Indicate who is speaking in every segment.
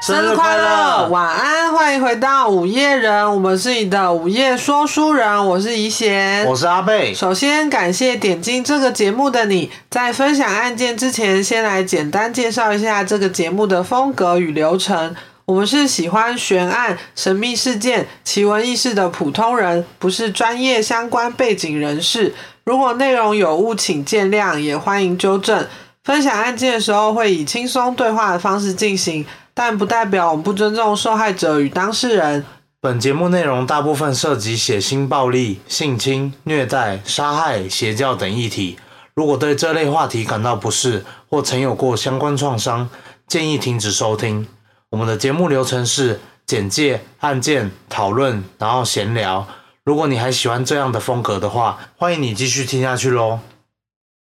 Speaker 1: 生日快
Speaker 2: 哇！
Speaker 1: 乐，晚安，欢迎回到午夜人，我们是你的午夜说书人，我是怡贤，
Speaker 2: 我是阿贝，
Speaker 1: 首先感谢点进这个节目的你。在分享案件之前，先来简单介绍一下这个节目的风格与流程。我们是喜欢悬案、神秘事件、奇闻异事的普通人，不是专业相关背景人士。如果内容有误，请见谅，也欢迎纠正。分享案件的时候会以轻松对话的方式进行，但不代表我们不尊重受害者与当事人。
Speaker 2: 本节目内容大部分涉及血腥、暴力、性侵、虐待、杀害、邪教等议题。如果对这类话题感到不适，或曾有过相关创伤，建议停止收听。我们的节目流程是简介、案件、讨论，然后闲聊。如果你还喜欢这样的风格的话，欢迎你继续听下去喽。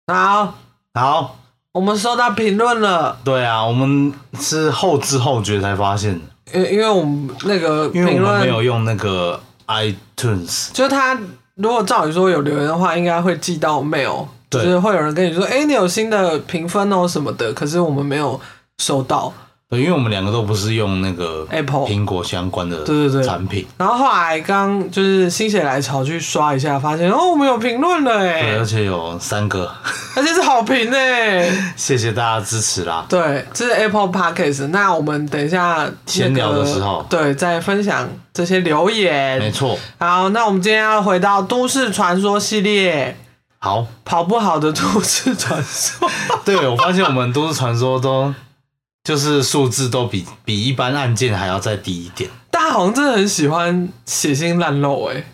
Speaker 1: 好，
Speaker 2: 好，
Speaker 1: 我们收到评论了。
Speaker 2: 对啊，我们是后知后觉才发现的，
Speaker 1: 因因为我们那个
Speaker 2: 因为
Speaker 1: 评
Speaker 2: 我们没有
Speaker 1: 论，
Speaker 2: 用那个 iTunes。
Speaker 1: 就他如果照理说有留言的话，应该会寄到 mail，就
Speaker 2: 对
Speaker 1: 是会有人跟你说，哎、你有新的评分哦什么的，可是我们没有收到。
Speaker 2: 对，因为我们两个都不是用那个
Speaker 1: Apple
Speaker 2: 苹果相关的
Speaker 1: 对对对
Speaker 2: 产品，
Speaker 1: 然后后来刚就是心血来潮去刷一下，发现哦，我们有评论了
Speaker 2: 对，
Speaker 1: 哎
Speaker 2: 而，且有三个，
Speaker 1: 而且是好评哎。
Speaker 2: 谢谢大家支持啦。
Speaker 1: 对，这是 Apple Podcast。那我们等一下、那个
Speaker 2: 闲聊的时候
Speaker 1: 对，再分享这些留
Speaker 2: 没
Speaker 1: 言。
Speaker 2: 错，
Speaker 1: 好，那我们今天要回到都市传说系列，
Speaker 2: 好，
Speaker 1: 跑不好的都市传说。
Speaker 2: 对我发现我们都市传说都就是数字都比比一般案件还要再低一点。
Speaker 1: 大家好像真的很喜欢血腥烂肉哎、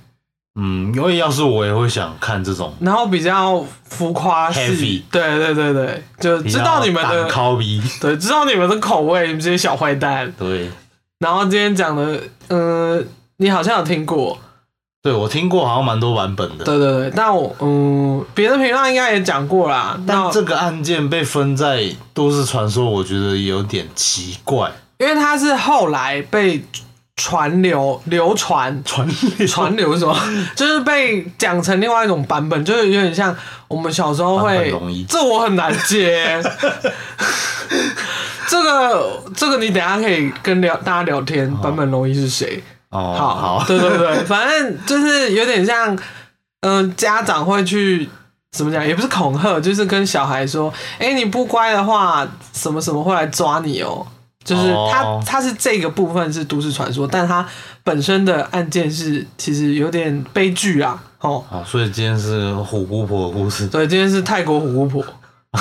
Speaker 2: 嗯，因为要是我也会想看这种
Speaker 1: 然后比较浮夸系
Speaker 2: Heavy，
Speaker 1: 对对对对，就
Speaker 2: 比
Speaker 1: 知
Speaker 2: 较
Speaker 1: 道你们
Speaker 2: 挡
Speaker 1: 的，
Speaker 2: 靠鼻，
Speaker 1: 对，知道你们的口味，你们这些小坏蛋。
Speaker 2: 对，
Speaker 1: 然后今天讲的，嗯、你好像有听过，
Speaker 2: 对我听过好像蛮多版本的，
Speaker 1: 对对对，但我嗯，别的频道应该也讲过啦。那
Speaker 2: 但这个案件被分在都市传说，我觉得有点奇怪，
Speaker 1: 因为它是后来被传流流传
Speaker 2: 传
Speaker 1: 传流是什么？就是被讲成另外一种版本，就是有点像我们小时候
Speaker 2: 版
Speaker 1: 会
Speaker 2: 本容易，
Speaker 1: 这我很难 接。这个这个你等一下可以跟聊大家聊天，版本容易是谁？
Speaker 2: 哦，
Speaker 1: 好
Speaker 2: 好，
Speaker 1: 对对对，反正就是有点像，嗯、家长会去怎么讲，也不是恐吓，就是跟小孩说，哎、你不乖的话，什么什么会来抓你哦。就是它，
Speaker 2: 哦
Speaker 1: 它是这个部分是都市传说，但它本身的案件是其实有点悲剧啊，哦。
Speaker 2: 好，所以今天是虎姑婆的故事，
Speaker 1: 所以今天是泰国虎姑婆，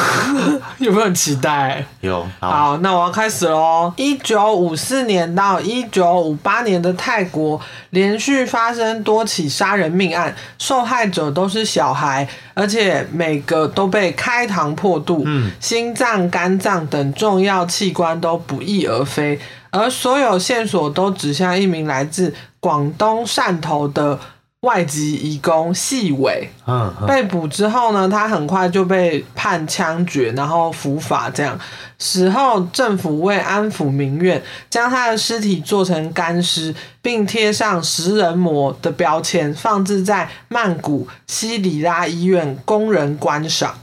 Speaker 1: 有没有很期待？
Speaker 2: 有好，
Speaker 1: 好，那我要开始喽。一九五四年到一九五八年的泰国，连续发生多起杀人命案，受害者都是小孩，而且每个都被开膛破肚，
Speaker 2: 嗯
Speaker 1: 心脏、肝脏等重要器官都不翼而飞，而所有线索都指向一名来自广东汕头的外籍移工细伟。
Speaker 2: 嗯，嗯
Speaker 1: 被捕之后呢，他很快就被判枪决，然后伏法。这样死后，政府为安抚民怨，将他的尸体做成干尸，并贴上“食人魔”的标签，放置在曼谷西里拉医院供人观赏。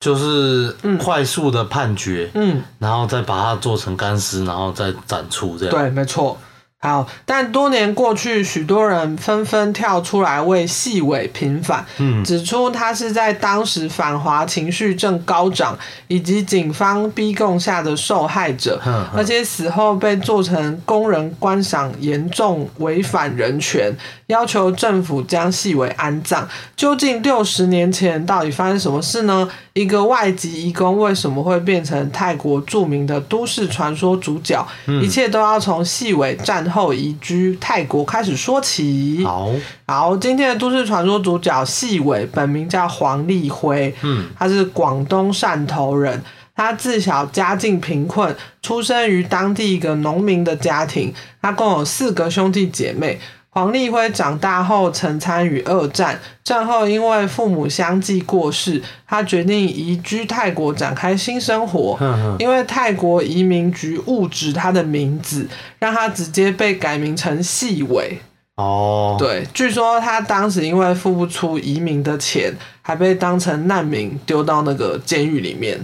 Speaker 2: 就是
Speaker 1: 嗯
Speaker 2: 快速的判决，
Speaker 1: 嗯，
Speaker 2: 然后再把它做成干尸，然后再展出这样。，
Speaker 1: 对，没错。好，但多年过去，许多人纷纷跳出来为细尾平反，
Speaker 2: 嗯
Speaker 1: 指出他是在当时反华情绪正高涨以及警方逼供下的受害者，
Speaker 2: 嗯
Speaker 1: 而且死后被做成工人观赏，严重违反人权，要求政府将细尾安葬。究竟六十年前到底发生什么事呢？一个外籍移工为什么会变成泰国著名的都市传说主角？一切都要从细尾战后移居泰国开始说起。
Speaker 2: 好，
Speaker 1: 好，今天的都市传说主角细伟，本名叫黄立辉，
Speaker 2: 嗯，
Speaker 1: 他是广东汕头人。他自小家境贫困，出生于当地一个农民的家庭。他共有四个兄弟姐妹。黄立辉长大后曾参与二战，战后因为父母相继过世，他决定移居泰国展开新生活。
Speaker 2: 嗯嗯，
Speaker 1: 因为泰国移民局误植他的名字，让他直接被改名成细伟。
Speaker 2: 哦，，
Speaker 1: 对，据说他当时因为付不出移民的钱，还被当成难民丢到那个监狱里面。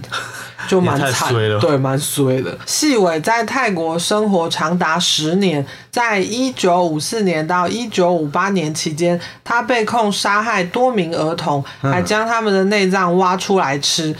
Speaker 1: 就蛮
Speaker 2: 也太
Speaker 1: 惨
Speaker 2: 衰了，
Speaker 1: 对，蛮衰的。细伟在泰国生活长达十年，在一九五四年到一九五八年期间，他被控杀害多名儿童，还将他们的内脏挖出来吃。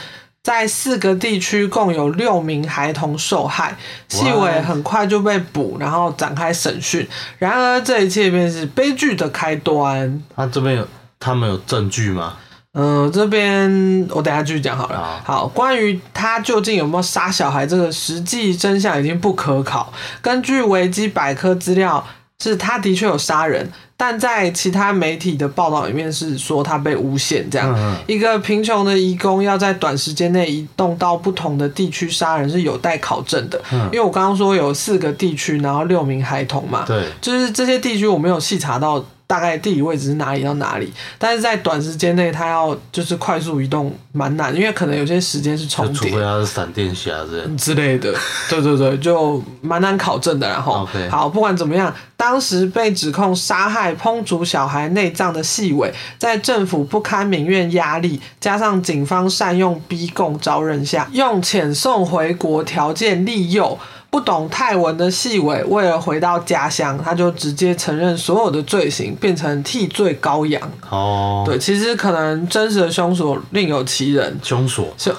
Speaker 1: 在四个地区共有六名孩童受害，细伟很快就被捕，然后展开审讯。然而，这一切便是悲剧的开端。
Speaker 2: 他这边有他们有证据吗？
Speaker 1: 嗯，这边我等一下继续讲好了。
Speaker 2: 好
Speaker 1: 好，关于他究竟有没有杀小孩，这个实际真相已经不可考。根据维基百科资料，是他的确有杀人，但在其他媒体的报道里面是说他被诬陷这样。
Speaker 2: 嗯
Speaker 1: 一个贫穷的移工要在短时间内移动到不同的地区杀人是有待考证的，
Speaker 2: 嗯
Speaker 1: 因为我刚刚说有四个地区，然后六名孩童嘛。
Speaker 2: 对，
Speaker 1: 就是这些地区我没有细查到大概地理位置是哪里到哪里，但是在短时间内它要就是快速移动蛮难，因为可能有些时间是
Speaker 2: 就
Speaker 1: 重
Speaker 2: 除
Speaker 1: 叠嗯
Speaker 2: 非他是闪电侠之类的。
Speaker 1: 之类 的，对对对，就蛮难考证的。然后
Speaker 2: OK
Speaker 1: 好，不管怎么样，当时被指控杀害、烹煮小孩内脏的细伟，在政府不堪民怨压力，加上警方善用逼供招认下，用遣送回国条件利诱。不懂泰文的细伟，为了回到家乡，他就直接承认所有的罪行，变成替罪羔羊。
Speaker 2: 哦，
Speaker 1: 对，，其实可能真实的凶手另有其人，
Speaker 2: 凶手
Speaker 1: 凶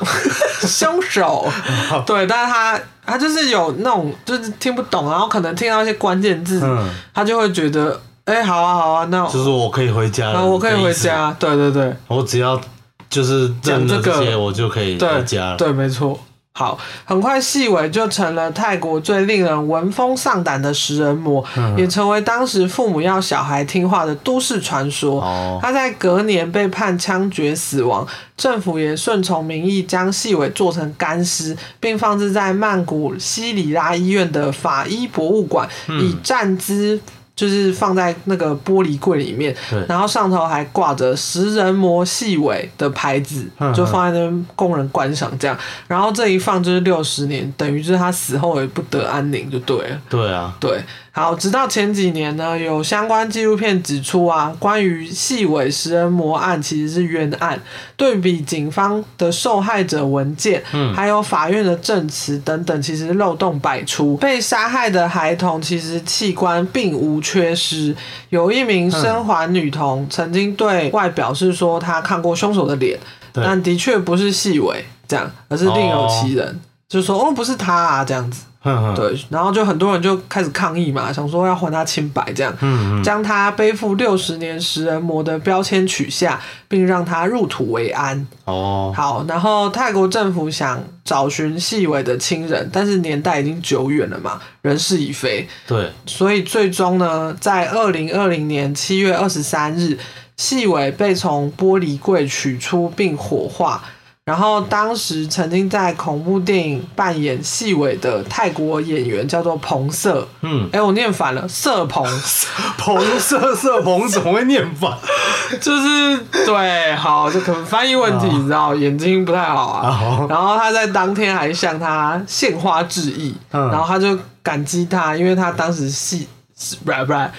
Speaker 1: 凶 手，对，但是他他就是有那种就是听不懂，然后可能听到一些关键字，
Speaker 2: 嗯
Speaker 1: 他就会觉得，哎、好啊好啊，那我
Speaker 2: 就是我可以回家
Speaker 1: 那
Speaker 2: 了，
Speaker 1: 哦我可以回
Speaker 2: 的意
Speaker 1: 家，对对对
Speaker 2: 思，我只要就是认了
Speaker 1: 讲这个
Speaker 2: 些，我就可以回家
Speaker 1: 对
Speaker 2: 了。
Speaker 1: 对，没错。好，很快细伟就成了泰国最令人闻风丧胆的食人魔，
Speaker 2: 嗯
Speaker 1: 也成为当时父母要小孩听话的都市传说。
Speaker 2: 哦，
Speaker 1: 他在隔年被判枪决死亡，政府也顺从民意将细伟做成干尸，并放置在曼谷西里拉医院的法医博物馆，
Speaker 2: 嗯
Speaker 1: 以站姿。就是放在那个玻璃柜里面
Speaker 2: 对，
Speaker 1: 然后上头还挂着“食人魔细尾”的牌子
Speaker 2: 嗯，
Speaker 1: 就放在那边供人观赏这样。然后这一放就是六十年，等于就是他死后也不得安宁，就对了。
Speaker 2: 对啊，
Speaker 1: 对，好，直到前几年呢，有相关纪录片指出啊，关于细尾食人魔案其实是冤案，对比警方的受害者文件，
Speaker 2: 嗯
Speaker 1: 还有法院的证词等等，其实漏洞百出。被杀害的孩童其实器官并无缺失，有一
Speaker 2: 嗯
Speaker 1: 名生还女童曾经对外表示说她看过凶手的脸，
Speaker 2: 对哦
Speaker 1: 但的确不是细尾这样，而是另有其人，就说哦不是他啊这样子。
Speaker 2: 哼哼，
Speaker 1: 对，然后就很多人就开始抗议嘛，想说要还他清白，这样
Speaker 2: 嗯嗯，
Speaker 1: 将他背负六十年食人魔的标签取下，并让他入土为安。
Speaker 2: 哦，
Speaker 1: 好，然后泰国政府想找寻细伟的亲人，但是年代已经久远了嘛，人事已非，
Speaker 2: 对，
Speaker 1: 所以最终呢，在二零二零年七月二十三日，细尾被从玻璃柜取出并火化。然后当时曾经在恐怖电影扮演细尾的泰国演员叫做彭瑟，
Speaker 2: 嗯，
Speaker 1: 哎，我念反了，瑟 彭，
Speaker 2: 彭色色彭怎么会念反？
Speaker 1: 就是对，好，这可能翻译问题，你知道，眼睛不太好啊。
Speaker 2: 啊好，
Speaker 1: 然后他在当天还向他献花致意，
Speaker 2: 嗯
Speaker 1: 然后他就感激他，因为他当时戏是不然不然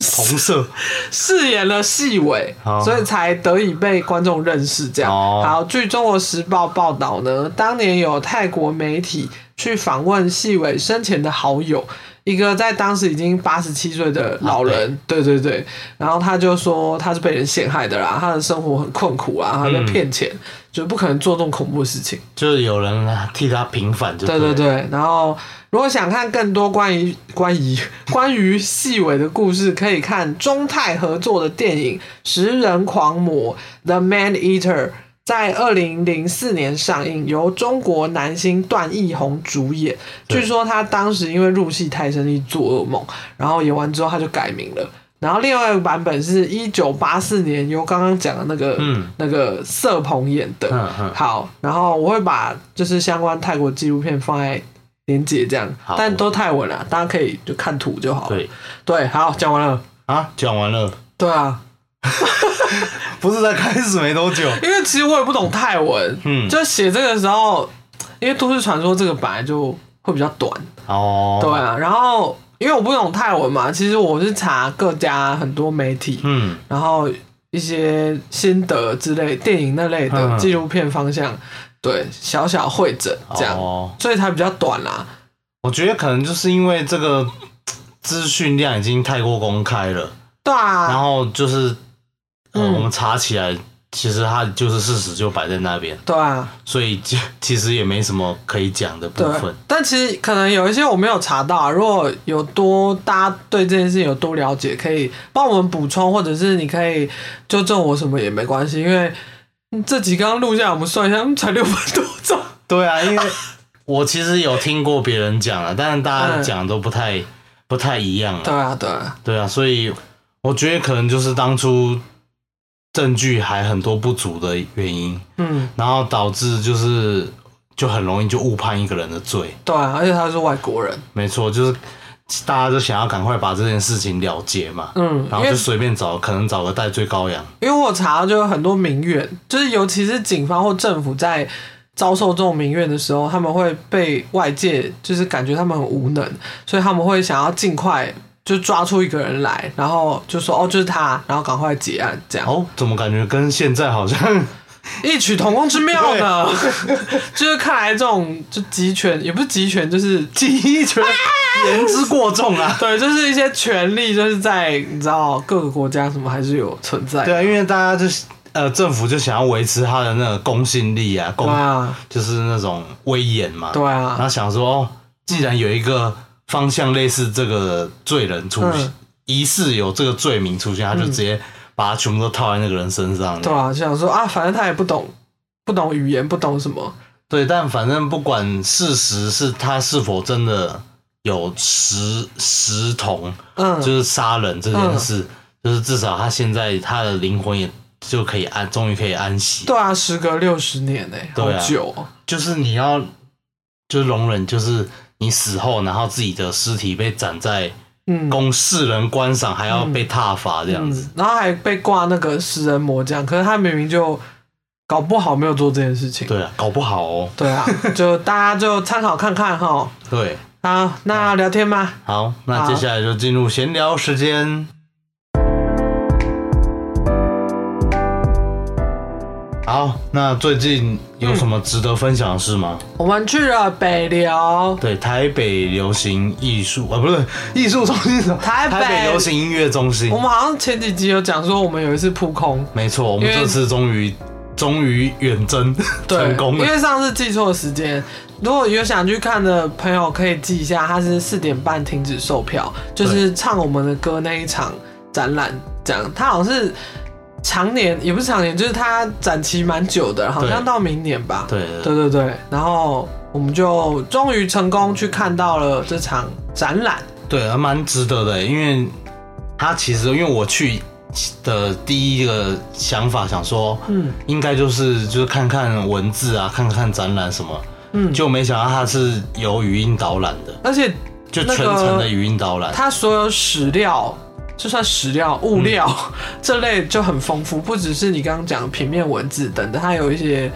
Speaker 2: 同色，
Speaker 1: 饰演了细尾
Speaker 2: 好，
Speaker 1: 所以才得以被观众认识。这样，
Speaker 2: 哦
Speaker 1: 好，据《中国时报》报道呢，当年有泰国媒体去访问细尾生前的好友，一个在当时已经八十七岁的老人，对对对，然后他就说他是被人陷害的啦，他的生活很困苦啊，他被骗钱，就不可能做这种恐怖的事情。
Speaker 2: 就是有人替他平反，就
Speaker 1: 对
Speaker 2: 对
Speaker 1: 对
Speaker 2: 了，
Speaker 1: 对，然后如果想看更多关于 关于关于细尾的故事，可以看中泰合作的电影《食人狂魔》（The Man Eater）。在二零零四年上映，由中国男星段奕宏主演。
Speaker 2: 对
Speaker 1: 据说他当时因为入戏太深，一做噩梦，然后演完之后他就改名了。然后另外一个版本是一九八四年由刚刚讲的那个、
Speaker 2: 嗯
Speaker 1: 那个色鹏演的。
Speaker 2: 嗯嗯，
Speaker 1: 好，然后我会把就是相关泰国纪录片放在连结这样
Speaker 2: 好，
Speaker 1: 但都泰文啊了，大家可以就看图就好了。
Speaker 2: 对
Speaker 1: 对，好，讲完了。
Speaker 2: 啊，讲完了，
Speaker 1: 对啊，
Speaker 2: 不是才开始没多久，
Speaker 1: 因为其实我也不懂泰文，
Speaker 2: 嗯，
Speaker 1: 就写这个时候，因为都市传说这个本来就会比较短，
Speaker 2: 哦，
Speaker 1: 对，啊，然后因为我不懂泰文嘛，其实我是查各家很多媒体，
Speaker 2: 嗯，
Speaker 1: 然后一些心得之类、电影那类
Speaker 2: 嗯
Speaker 1: 的纪录片方向，
Speaker 3: 对，小小会诊这样，
Speaker 2: 哦，
Speaker 3: 所以才比较短啦、
Speaker 1: 啊
Speaker 2: 我觉得可能就是因为这个资讯量已经太过公开了，
Speaker 1: 对啊
Speaker 2: 然，后就是，呃
Speaker 1: 嗯
Speaker 2: 我们查起来，其实它就是事实就摆在那边，
Speaker 1: 对啊，
Speaker 2: 所以其其实也没什么可以讲的部
Speaker 1: 对
Speaker 2: 分。。
Speaker 1: 但其实可能有一些我没有查到、啊，如果有多大家对这件事有多了解，可以帮我们补充，或者是你可以纠正我什么也没关系，因为这集刚刚录下来，我们算一下，嗯才六分多钟。
Speaker 2: 对 啊，因为我其实有听过别人讲了，但是大家讲都不太、不太一样
Speaker 1: 嗯对
Speaker 2: 了。
Speaker 1: 啊，对啊，
Speaker 2: 对啊，所以我觉得可能就是当初证据还很多不足的原因，
Speaker 1: 嗯，
Speaker 2: 然后导致就是就很容易就误判一个人的罪。
Speaker 1: 对啊，而且他是外国人，
Speaker 2: 没错，就是大家都想要赶快把这件事情了结嘛。
Speaker 1: 嗯，
Speaker 2: 然后
Speaker 1: 因为
Speaker 2: 就随便找，可能找个戴罪羔羊。
Speaker 1: 因为我有查到就有很多民怨，就是尤其是警方或政府在遭受这种民怨的时候，他们会被外界就是感觉他们很无能，所以他们会想要尽快就抓出一个人来，然后就说哦就是他，然后赶快结案，这样、
Speaker 2: 哦，怎么感觉跟现在好像？
Speaker 1: 异曲同工之妙呢。 就是看来这种就集权也不是集权，就是集权。！
Speaker 2: 言之过重啊
Speaker 1: 对，就是一些权利，就是在你知道各个国家什么还是有存在的。
Speaker 2: 对啊，因为大家就是呃，政府就想要维持他的那个公信力啊，公
Speaker 1: 对啊，
Speaker 2: 就是那种威严嘛。
Speaker 1: 对啊
Speaker 2: 然后想说，哦，既然有一个方向类似这个罪人出
Speaker 1: 嗯
Speaker 2: 疑似有这个罪名出现，他就直接把它全部都套在那个人身上。
Speaker 1: 对啊，就想说啊，反正他也不懂，不懂语言，不懂什么，
Speaker 2: 对，但反正不管事实是他是否真的有实实同，
Speaker 1: 嗯，
Speaker 2: 就是杀人这件事，就是至少他现在他的灵魂也就可以安，终于可以安息。
Speaker 1: 对啊，时隔六十年呢、好
Speaker 2: 对啊
Speaker 1: 久、哦。
Speaker 2: 就是你要，就是容忍，就是你死后，然后自己的尸体被展在
Speaker 1: 嗯
Speaker 2: 供世人观赏，还要被踏伐这样子。
Speaker 1: 嗯，然后还被挂那个食人魔这样，可是他明明就搞不好没有做这件事情。
Speaker 2: 对啊，搞不好哦。
Speaker 1: 对 啊，就大家就参考看看哈。
Speaker 2: 对，啊
Speaker 1: 好，那聊天吗？
Speaker 2: 好，那接下来就进入闲聊时间。好，那最近有什么值得分享的事吗？
Speaker 1: 我们去了北流，
Speaker 2: 对，台北流行艺术啊，不是艺术中心什么，
Speaker 1: 台北
Speaker 2: 北流行音乐中心
Speaker 1: 我。们好像前几集有讲说我们有一次扑空，
Speaker 2: 没错，我们
Speaker 1: 因为
Speaker 2: 这次终于终于远征
Speaker 1: 对，
Speaker 2: 成功
Speaker 1: 因
Speaker 2: 了。
Speaker 1: 为上次记错时间，如果有想去看的朋友可以记一下，它是四点半停止售票，就是唱我们的歌那一场展览，这样它好像是常年也不是常年，就是它展期蛮久的，好像
Speaker 2: 对
Speaker 1: 到明年吧。
Speaker 2: 对
Speaker 1: 对对对，然后我们就终于成功去看到了这场展览。
Speaker 2: 对，还蛮值得的，因为他其实因为我去的第一个想法想说，
Speaker 1: 嗯
Speaker 2: 应该就是就是看看文字啊，看看展览什么，
Speaker 1: 嗯，
Speaker 2: 就没想到它是有语音导览的，
Speaker 1: 而且
Speaker 2: 就
Speaker 1: 那个
Speaker 2: 全程的语音导览。
Speaker 1: 它所有史料，就算史料、物料、 这类就很丰富，不只是你刚刚讲的平面文字等等，它有一些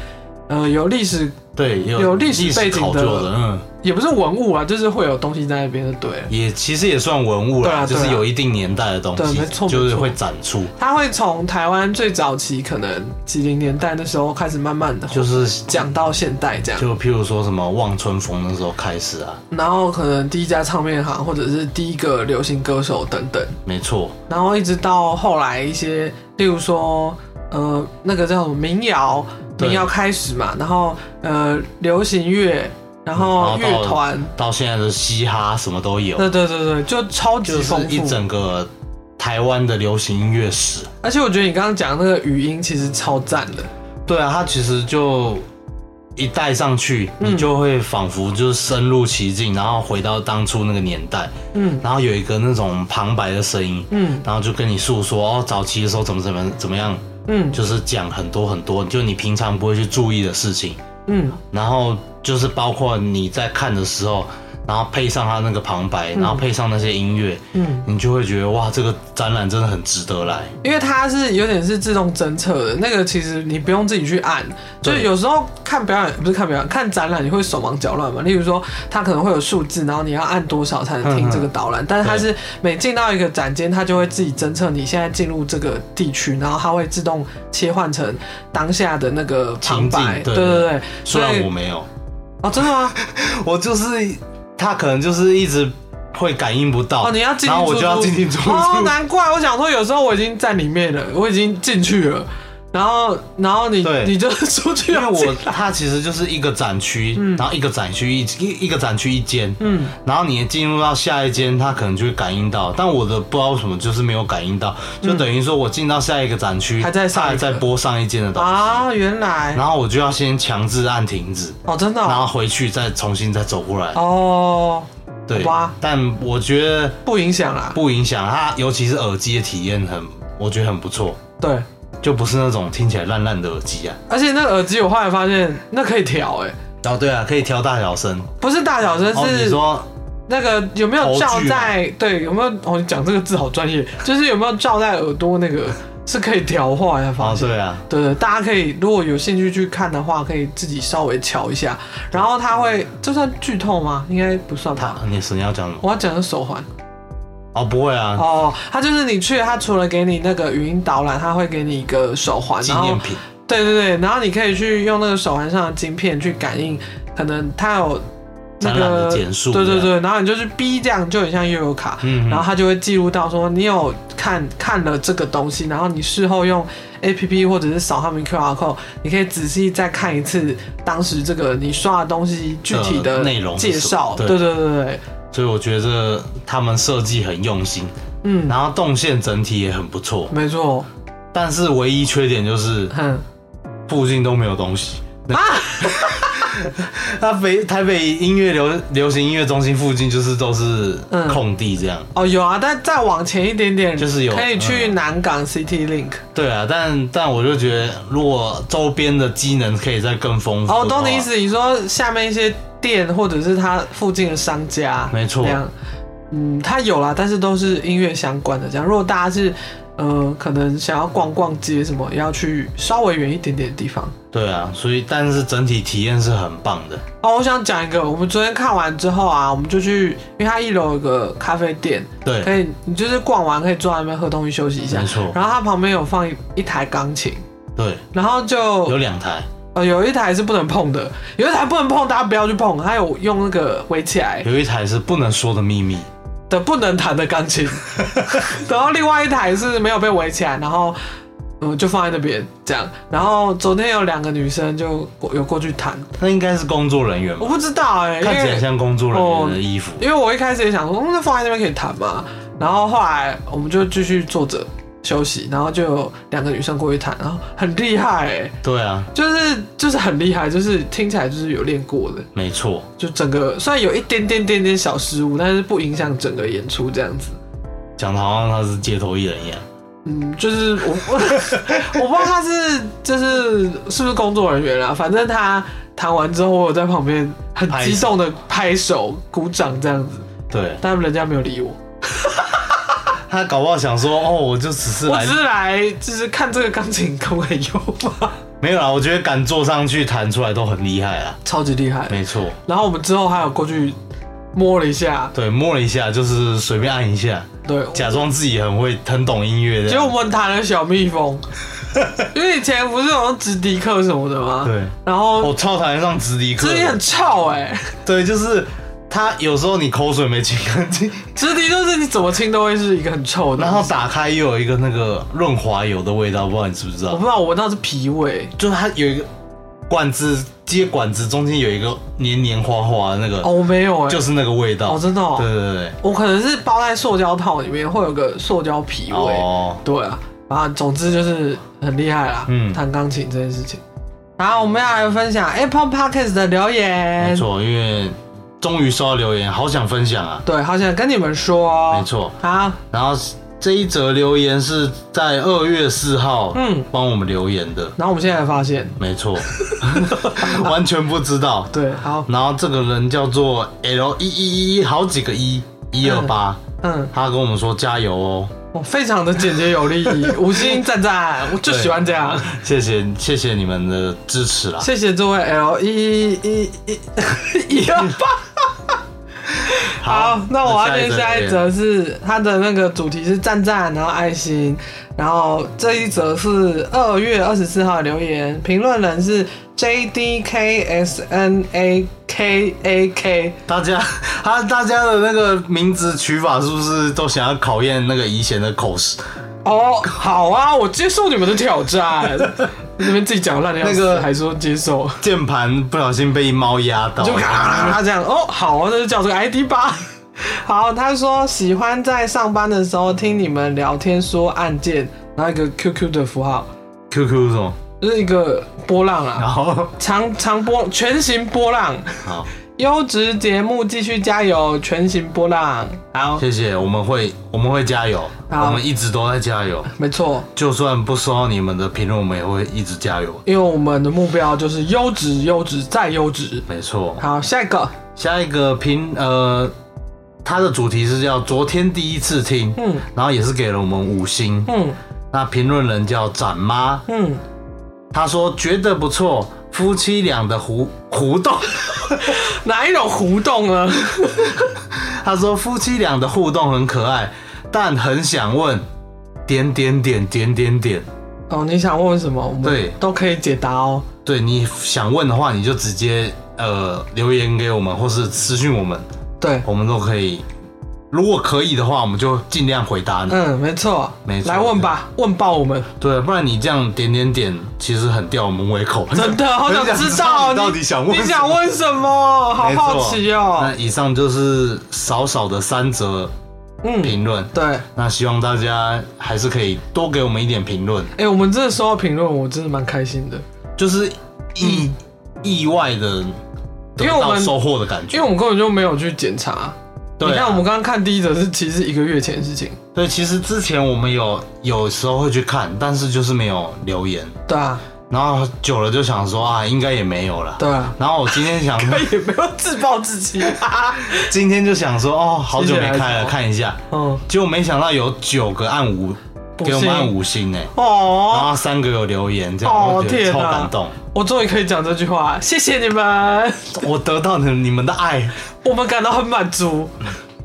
Speaker 1: 呃有历史，
Speaker 2: 对，有
Speaker 1: 有历
Speaker 2: 历
Speaker 1: 史背景
Speaker 2: 考
Speaker 1: 的
Speaker 2: 究的，嗯，
Speaker 1: 也不是文物啊，就是会有东西在那边就对了。
Speaker 2: 也其实也算文物
Speaker 1: 对啊
Speaker 2: 啦，就
Speaker 1: 对啊
Speaker 2: 是有一定年代的东
Speaker 1: 对
Speaker 2: 西
Speaker 1: 没错，
Speaker 2: 就
Speaker 1: 没
Speaker 2: 是
Speaker 1: 错
Speaker 2: 会展出，
Speaker 1: 它会从台湾最早期，可能几零年代那时候开始，慢慢的
Speaker 2: 就是
Speaker 1: 讲到现代这样，
Speaker 2: 就譬如说什么《望春风》那时候开始啊，
Speaker 1: 然后可能第一家唱片行，或者是第一个流行歌手等等，
Speaker 2: 没错，
Speaker 1: 然后一直到后来一些，例如说，呃，那个叫什么民谣，
Speaker 2: 对
Speaker 1: 民谣开始嘛，然后呃，流行乐，然后
Speaker 2: 嗯然后到
Speaker 1: 乐团，
Speaker 2: 到现在的嘻哈什么都有，
Speaker 1: 对对对对，就超级
Speaker 2: 就是
Speaker 1: 丰
Speaker 2: 一
Speaker 1: 富。
Speaker 2: 整个台湾的流行音乐史。
Speaker 1: 而且我觉得你刚刚讲那个语音其实超赞的，
Speaker 2: 对啊，它其实就一带上去，
Speaker 1: 嗯
Speaker 2: 你就会仿佛就是深入其境，然后回到当初那个年代，
Speaker 1: 嗯
Speaker 2: 然后有一个那种旁白的声音，
Speaker 1: 嗯
Speaker 2: 然后就跟你诉说哦，早期的时候怎么怎么怎么样，
Speaker 1: 嗯
Speaker 2: 就是讲很多很多，就你平常不会去注意的事情，
Speaker 1: 嗯
Speaker 2: 然后就是包括你在看的时候，然后配上他那个旁白，
Speaker 1: 嗯
Speaker 2: 然后配上那些音乐，
Speaker 4: 嗯，
Speaker 2: 你就会觉得哇，这个展览真的很值得来。
Speaker 1: 因为它是有点是自动侦测的，那个其实你不用自己去按，就
Speaker 2: 对
Speaker 1: 是有时候看表演不是看表演，看展览你会手忙脚乱嘛。例如说，它可能会有数字，然后你要按多少才能听这个导览，但是它是每进到一个展间，它就会自己侦测你现在进入这个地区，然后它会自动切换成当下的那个旁白。
Speaker 2: 情境对
Speaker 1: 对对对，
Speaker 2: 虽
Speaker 1: 所以
Speaker 2: 然我没有，
Speaker 1: 哦，真的吗？
Speaker 2: 我就是他可能就是一直会感应不到，
Speaker 1: 哦，你要进进出出，
Speaker 2: 然后我就要进进出出。
Speaker 1: 哦，难怪我想说，有时候我已经在里面了，我已经进去了，然后然后你
Speaker 2: 对
Speaker 1: 你就 出去
Speaker 2: 因
Speaker 1: 了，嗯
Speaker 2: 为我它其实就是一个展区，然后一个展区一一一个展区一间，嗯，然后你进入到下一间，它可能就会感应到，但我的不知道为什么就是没有感应到，就等于说我进到下一个展区，
Speaker 1: 嗯还在上
Speaker 2: 它还
Speaker 1: 一个
Speaker 2: 在播上一间的东西，
Speaker 1: 啊，原来
Speaker 2: 然后我就要先强制按停止，
Speaker 1: 哦，真的
Speaker 2: 然后
Speaker 1: 哦
Speaker 2: 回去再重新再走过来，
Speaker 1: 哦，
Speaker 2: 对
Speaker 1: 好吧，
Speaker 2: 但我觉得
Speaker 1: 不影响啦，
Speaker 2: 不影响它，尤其是耳机的体验很，我觉得很不错，
Speaker 1: 对，
Speaker 2: 就不是那种听起来烂烂的耳机啊，
Speaker 1: 而且那个耳机我后来发现那可以调哎、
Speaker 2: 哦对啊，可以调大小声，
Speaker 1: 不是大小声，
Speaker 2: 哦你
Speaker 1: 是
Speaker 2: 说。
Speaker 1: 那个有没有
Speaker 2: 头
Speaker 1: 罩
Speaker 2: 距吗
Speaker 1: 在？对，有没有？哦，你讲这个字好专业，就是有没有罩在耳朵那个是可以调化呀？发
Speaker 2: 哦，
Speaker 1: 现
Speaker 2: 对啊，
Speaker 1: 对对，大家可以如果有兴趣去看的话，可以自己稍微瞧一下。然后他会，这算剧透吗？应该不算
Speaker 2: 他
Speaker 1: 吧。
Speaker 2: 啊你是你要讲什么？
Speaker 1: 我要讲的是手环
Speaker 2: 哦，不会啊，
Speaker 1: 哦，他就是你去，他除了给你那个语音导览，他会给你一个手环，
Speaker 2: 纪
Speaker 1: 然后
Speaker 2: 念品。
Speaker 1: 对对对，然后你可以去用那个手环上的晶片去感应，可能它有那
Speaker 2: 展览
Speaker 1: 个
Speaker 2: 的简述
Speaker 1: 对对
Speaker 2: 这
Speaker 1: 对，然后你就去逼这样，就很像悠游卡，
Speaker 2: 嗯嗯
Speaker 1: 然后它就会记录到说你有看看了这个东西，然后你事后用 A P P 或者是扫他们 Q R code，你可以仔细再看一次当时这个你刷的东西具体的
Speaker 2: 呃内容是
Speaker 1: 介
Speaker 2: 什么
Speaker 1: 绍，
Speaker 2: 对
Speaker 1: 对对对对，
Speaker 2: 所以我觉得他们设计很用心，
Speaker 1: 嗯，
Speaker 2: 然后动线整体也很不错，
Speaker 1: 没错，
Speaker 2: 但是唯一缺点 就是
Speaker 1: 嗯，
Speaker 2: 附近都没有东西。
Speaker 1: 啊，
Speaker 2: 那北台北音乐流流行音乐中心附近就是都是
Speaker 1: 嗯
Speaker 2: 空地这样，
Speaker 1: 哦有啊，但再往前一点点
Speaker 2: 就是有
Speaker 1: 可以去
Speaker 2: 嗯
Speaker 1: 南港 City Link。
Speaker 2: 对啊，但但我就觉得如果周边的机能可以再更丰富，
Speaker 1: 哦，懂你意，思，你说下面一些店或者是它附近的商家，
Speaker 2: 没错
Speaker 1: 这样，嗯，它有啦，但是都是音乐相关的。这样，如果大家是呃，可能想要逛逛街什么，也要去稍微远一点点的地方。
Speaker 2: 对啊，所以但是整体体验是很棒的，
Speaker 1: 哦，我想讲一个，我们昨天看完之后啊，我们就去，因为它一楼有个咖啡店，
Speaker 2: 对，
Speaker 1: 可以，你就是逛完可以坐在那边喝东西休息一下
Speaker 2: 没。错，
Speaker 1: 然后它旁边有放一一台钢琴，
Speaker 2: 对，
Speaker 1: 然后就
Speaker 2: 有两台，
Speaker 1: 呃，有一台是不能碰的，有一台不能碰，大家不要去碰。它有用那个围起来
Speaker 2: 有一台是不能说的秘密，
Speaker 1: 的不能弹的钢琴， 然后另外一台是没有被围起来，然后嗯就放在那边这样。然后昨天有两个女生就过有过去弹，
Speaker 2: 那应该是工作人员吧
Speaker 1: 我？不知道哎、
Speaker 2: 看起来
Speaker 1: 因为哦
Speaker 2: 像工作人员的衣服。
Speaker 1: 因为我一开始也想说，嗯，那放在那边可以弹嘛。然后后来我们就继续坐着休息，然后就有两个女生过去弹，然后很厉害哎、
Speaker 2: 对啊，
Speaker 1: 就是就是很厉害，就是听起来就是有练过的。
Speaker 2: 没错。
Speaker 1: 就整个虽然有一点点点点小失误，但是不影响整个演出这样子。
Speaker 2: 讲的好像他是街头艺人一样。
Speaker 1: 嗯，就是我 我不知道他是就是是不是工作人员啦，反正他弹完之后，我有在旁边很激动的拍手、鼓掌这样子，
Speaker 2: 对
Speaker 1: 但人家没有理我，
Speaker 2: 他搞不好想说，哦，我就只是
Speaker 1: 我
Speaker 2: 来
Speaker 1: 只是来就是看这个钢琴可不可以用吧，
Speaker 2: 没有啦。我觉得敢坐上去弹出来都很厉害啦。
Speaker 1: 超级厉害。
Speaker 2: 没错，
Speaker 1: 然后我们之后还有过去摸了一下，
Speaker 2: 对，摸了一下就是随便按一下，
Speaker 1: 对，
Speaker 2: 假装自己很会很懂音乐的。
Speaker 1: 结果我们弹了小 蜜蜂，因为以前不是有那种直笛课什么的吗？
Speaker 2: 对，哦
Speaker 1: 然后
Speaker 2: 我超讨厌上直笛课
Speaker 1: 直笛很
Speaker 2: 的。
Speaker 1: 臭哎、欸，
Speaker 2: 对，就是他有时候你口水没清干 净，
Speaker 1: 直笛就是你怎么清都会是一个很臭的。
Speaker 2: 然后打开又有一个那个润滑油的味道，不知道你知不知
Speaker 1: 我
Speaker 2: 道
Speaker 1: 不？知道，我闻到是皮味。
Speaker 2: 就是它有一个管子接管子中间有一个黏黏花花的那个，
Speaker 1: 哦，我没有哎、
Speaker 2: 就是那个味道。
Speaker 1: 哦，真的、哦，
Speaker 2: 对对对
Speaker 1: 我可能是包在塑胶套里面，会有个塑胶皮
Speaker 2: 对，
Speaker 1: 味。
Speaker 2: 哦，
Speaker 1: 对啊，啊，总之就是很厉害啦。
Speaker 2: 嗯
Speaker 1: 弹钢琴这件事情。好，我们要来分享 Apple Podcast 的留
Speaker 2: 没
Speaker 1: 言。
Speaker 2: 错，因为终于收到留言，好想分享啊，
Speaker 1: 对，好想跟你们说。
Speaker 2: 没。错。
Speaker 1: 好，
Speaker 2: 然后这一则留言是在二月四号，
Speaker 1: 嗯
Speaker 2: 嗯，帮我们留言的，
Speaker 1: 然后我们现在才发现，
Speaker 2: 没错， 完全不知道。
Speaker 1: 对，好，
Speaker 2: 然后这个人叫做 L 一一一，好几个一，一二八，
Speaker 1: 嗯，
Speaker 2: 他跟我们说加油哦，
Speaker 1: 我非常的简洁有 力，五星赞赞，我就喜欢这样。
Speaker 2: 谢谢谢谢你们的支持啦。
Speaker 1: 谢谢这位 L 一一一一 二八。好，那我要念下一则是它的那个主题是赞赞，然后爱心，然后这一则是二月二十四号的留言，评论人是 J D K S N A K A K，
Speaker 2: 大家， 他大家的那个名字取法是不是都想要考验那个怡贤的口试？
Speaker 1: 哦，好啊，我接受你们的挑 战。那边自己讲烂的要死，
Speaker 2: 那个
Speaker 1: 还说接受，
Speaker 2: 键盘不小心被一猫压到，
Speaker 1: 就咔这样。哦，好啊，那就叫这个 ID 吧。 好，他说喜欢在上班的时候听你们聊天说案件，然后一个 QQ 的符号，
Speaker 2: QQ 什么？
Speaker 1: 就是一个波浪
Speaker 2: 然
Speaker 1: 啊，
Speaker 2: 后
Speaker 1: 长长波全形波浪，
Speaker 2: 好，
Speaker 1: 优质节目继续加油，全形波浪。好，
Speaker 2: 谢谢，我们会我们会加油，
Speaker 1: 好
Speaker 2: 我们一直都在加油，
Speaker 1: 没错，
Speaker 2: 就算不收到你们的评论，我们也会一直加油。
Speaker 1: 因为我们的目标就是优质、优质再优质。
Speaker 2: 没错，
Speaker 1: 好，下一个，
Speaker 2: 下一个评呃，它的主题是叫昨天第一次听，
Speaker 1: 嗯
Speaker 2: 然后也是给了我们五星。
Speaker 1: 嗯
Speaker 2: 那评论人叫展妈，
Speaker 1: 嗯，
Speaker 2: 她说觉得不错，夫妻俩的互互动，
Speaker 1: 哪一种互动呢？
Speaker 2: 她说夫妻俩的互动很可爱，但很想问点点点点点点，
Speaker 1: 哦，你想问什么？我们
Speaker 2: 对
Speaker 1: 都可以解答哦。
Speaker 2: 对你想问的话，你就直接呃留言给我们，或是私讯我们，
Speaker 1: 对，
Speaker 2: 我们都可以。如果可以的话，我们就尽量回答你。
Speaker 1: 嗯，没错，
Speaker 2: 没错
Speaker 1: 来问吧，问爆 我们，
Speaker 2: 对，不然你这样点点点，其实很吊我们胃口。
Speaker 1: 真的 好想知道
Speaker 2: 你到底想问什
Speaker 1: 你
Speaker 2: 么
Speaker 1: 想问什么，好
Speaker 2: 没错
Speaker 1: 好奇哦
Speaker 2: 那。以上就是少少的三则
Speaker 1: 嗯，
Speaker 2: 评论，
Speaker 1: 对，哎、
Speaker 2: 那希望大家还是可以多给我们一点评论，
Speaker 1: 哎我们这收到评论，我真的蛮开心的，
Speaker 2: 就是意、意外的得
Speaker 1: 嗯因为我
Speaker 2: 到
Speaker 1: 们
Speaker 2: 收获的感觉。
Speaker 1: 因为我们根本就没有去检查。
Speaker 2: 对啊
Speaker 1: 你看我们刚刚看第一则是其实是一个月前的事情，
Speaker 2: 对，其实之前我们有有时候会去看，但是就是没有留言，
Speaker 1: 对啊，
Speaker 2: 然后久了就想说啊，应该也没有了。
Speaker 1: 对啊。
Speaker 2: 然后我今天想，
Speaker 1: 也没有自暴自弃、啊，
Speaker 2: 今天就想说哦，好久没开了，看一下。
Speaker 1: 嗯，
Speaker 2: 结果没想到有九个按五，
Speaker 1: 不
Speaker 2: 给我们
Speaker 1: 信
Speaker 2: 按五星哎、然
Speaker 1: 哦，
Speaker 2: 后三个有留言，这样、
Speaker 1: 哦
Speaker 2: 我觉
Speaker 1: 天
Speaker 2: 得超
Speaker 1: 哪
Speaker 2: 感动，
Speaker 1: 我终于可以讲这句话，谢谢你们，
Speaker 2: 我得到了你们的爱，
Speaker 1: 我们感到很满足。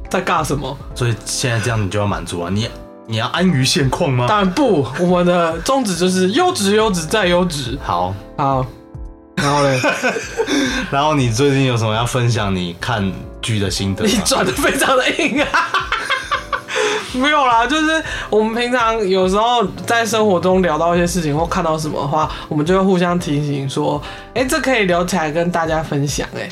Speaker 1: 在尬什么？
Speaker 2: 所以现在这样你就要满足啊，你你要安于现况吗？
Speaker 1: 当然不，我们的宗旨就是优质、优质再优质。
Speaker 2: 好，
Speaker 1: 好，然后嘞，
Speaker 2: 然后你最近有什么要分享你看剧的心得
Speaker 1: 你
Speaker 2: 吗？
Speaker 1: 转的非常的硬啊。 没有啦，就是我们平常有时候在生活中聊到一些事情或看到什么的话，我们就会互相提醒说，哎、这可以聊起来跟大家分享、哎，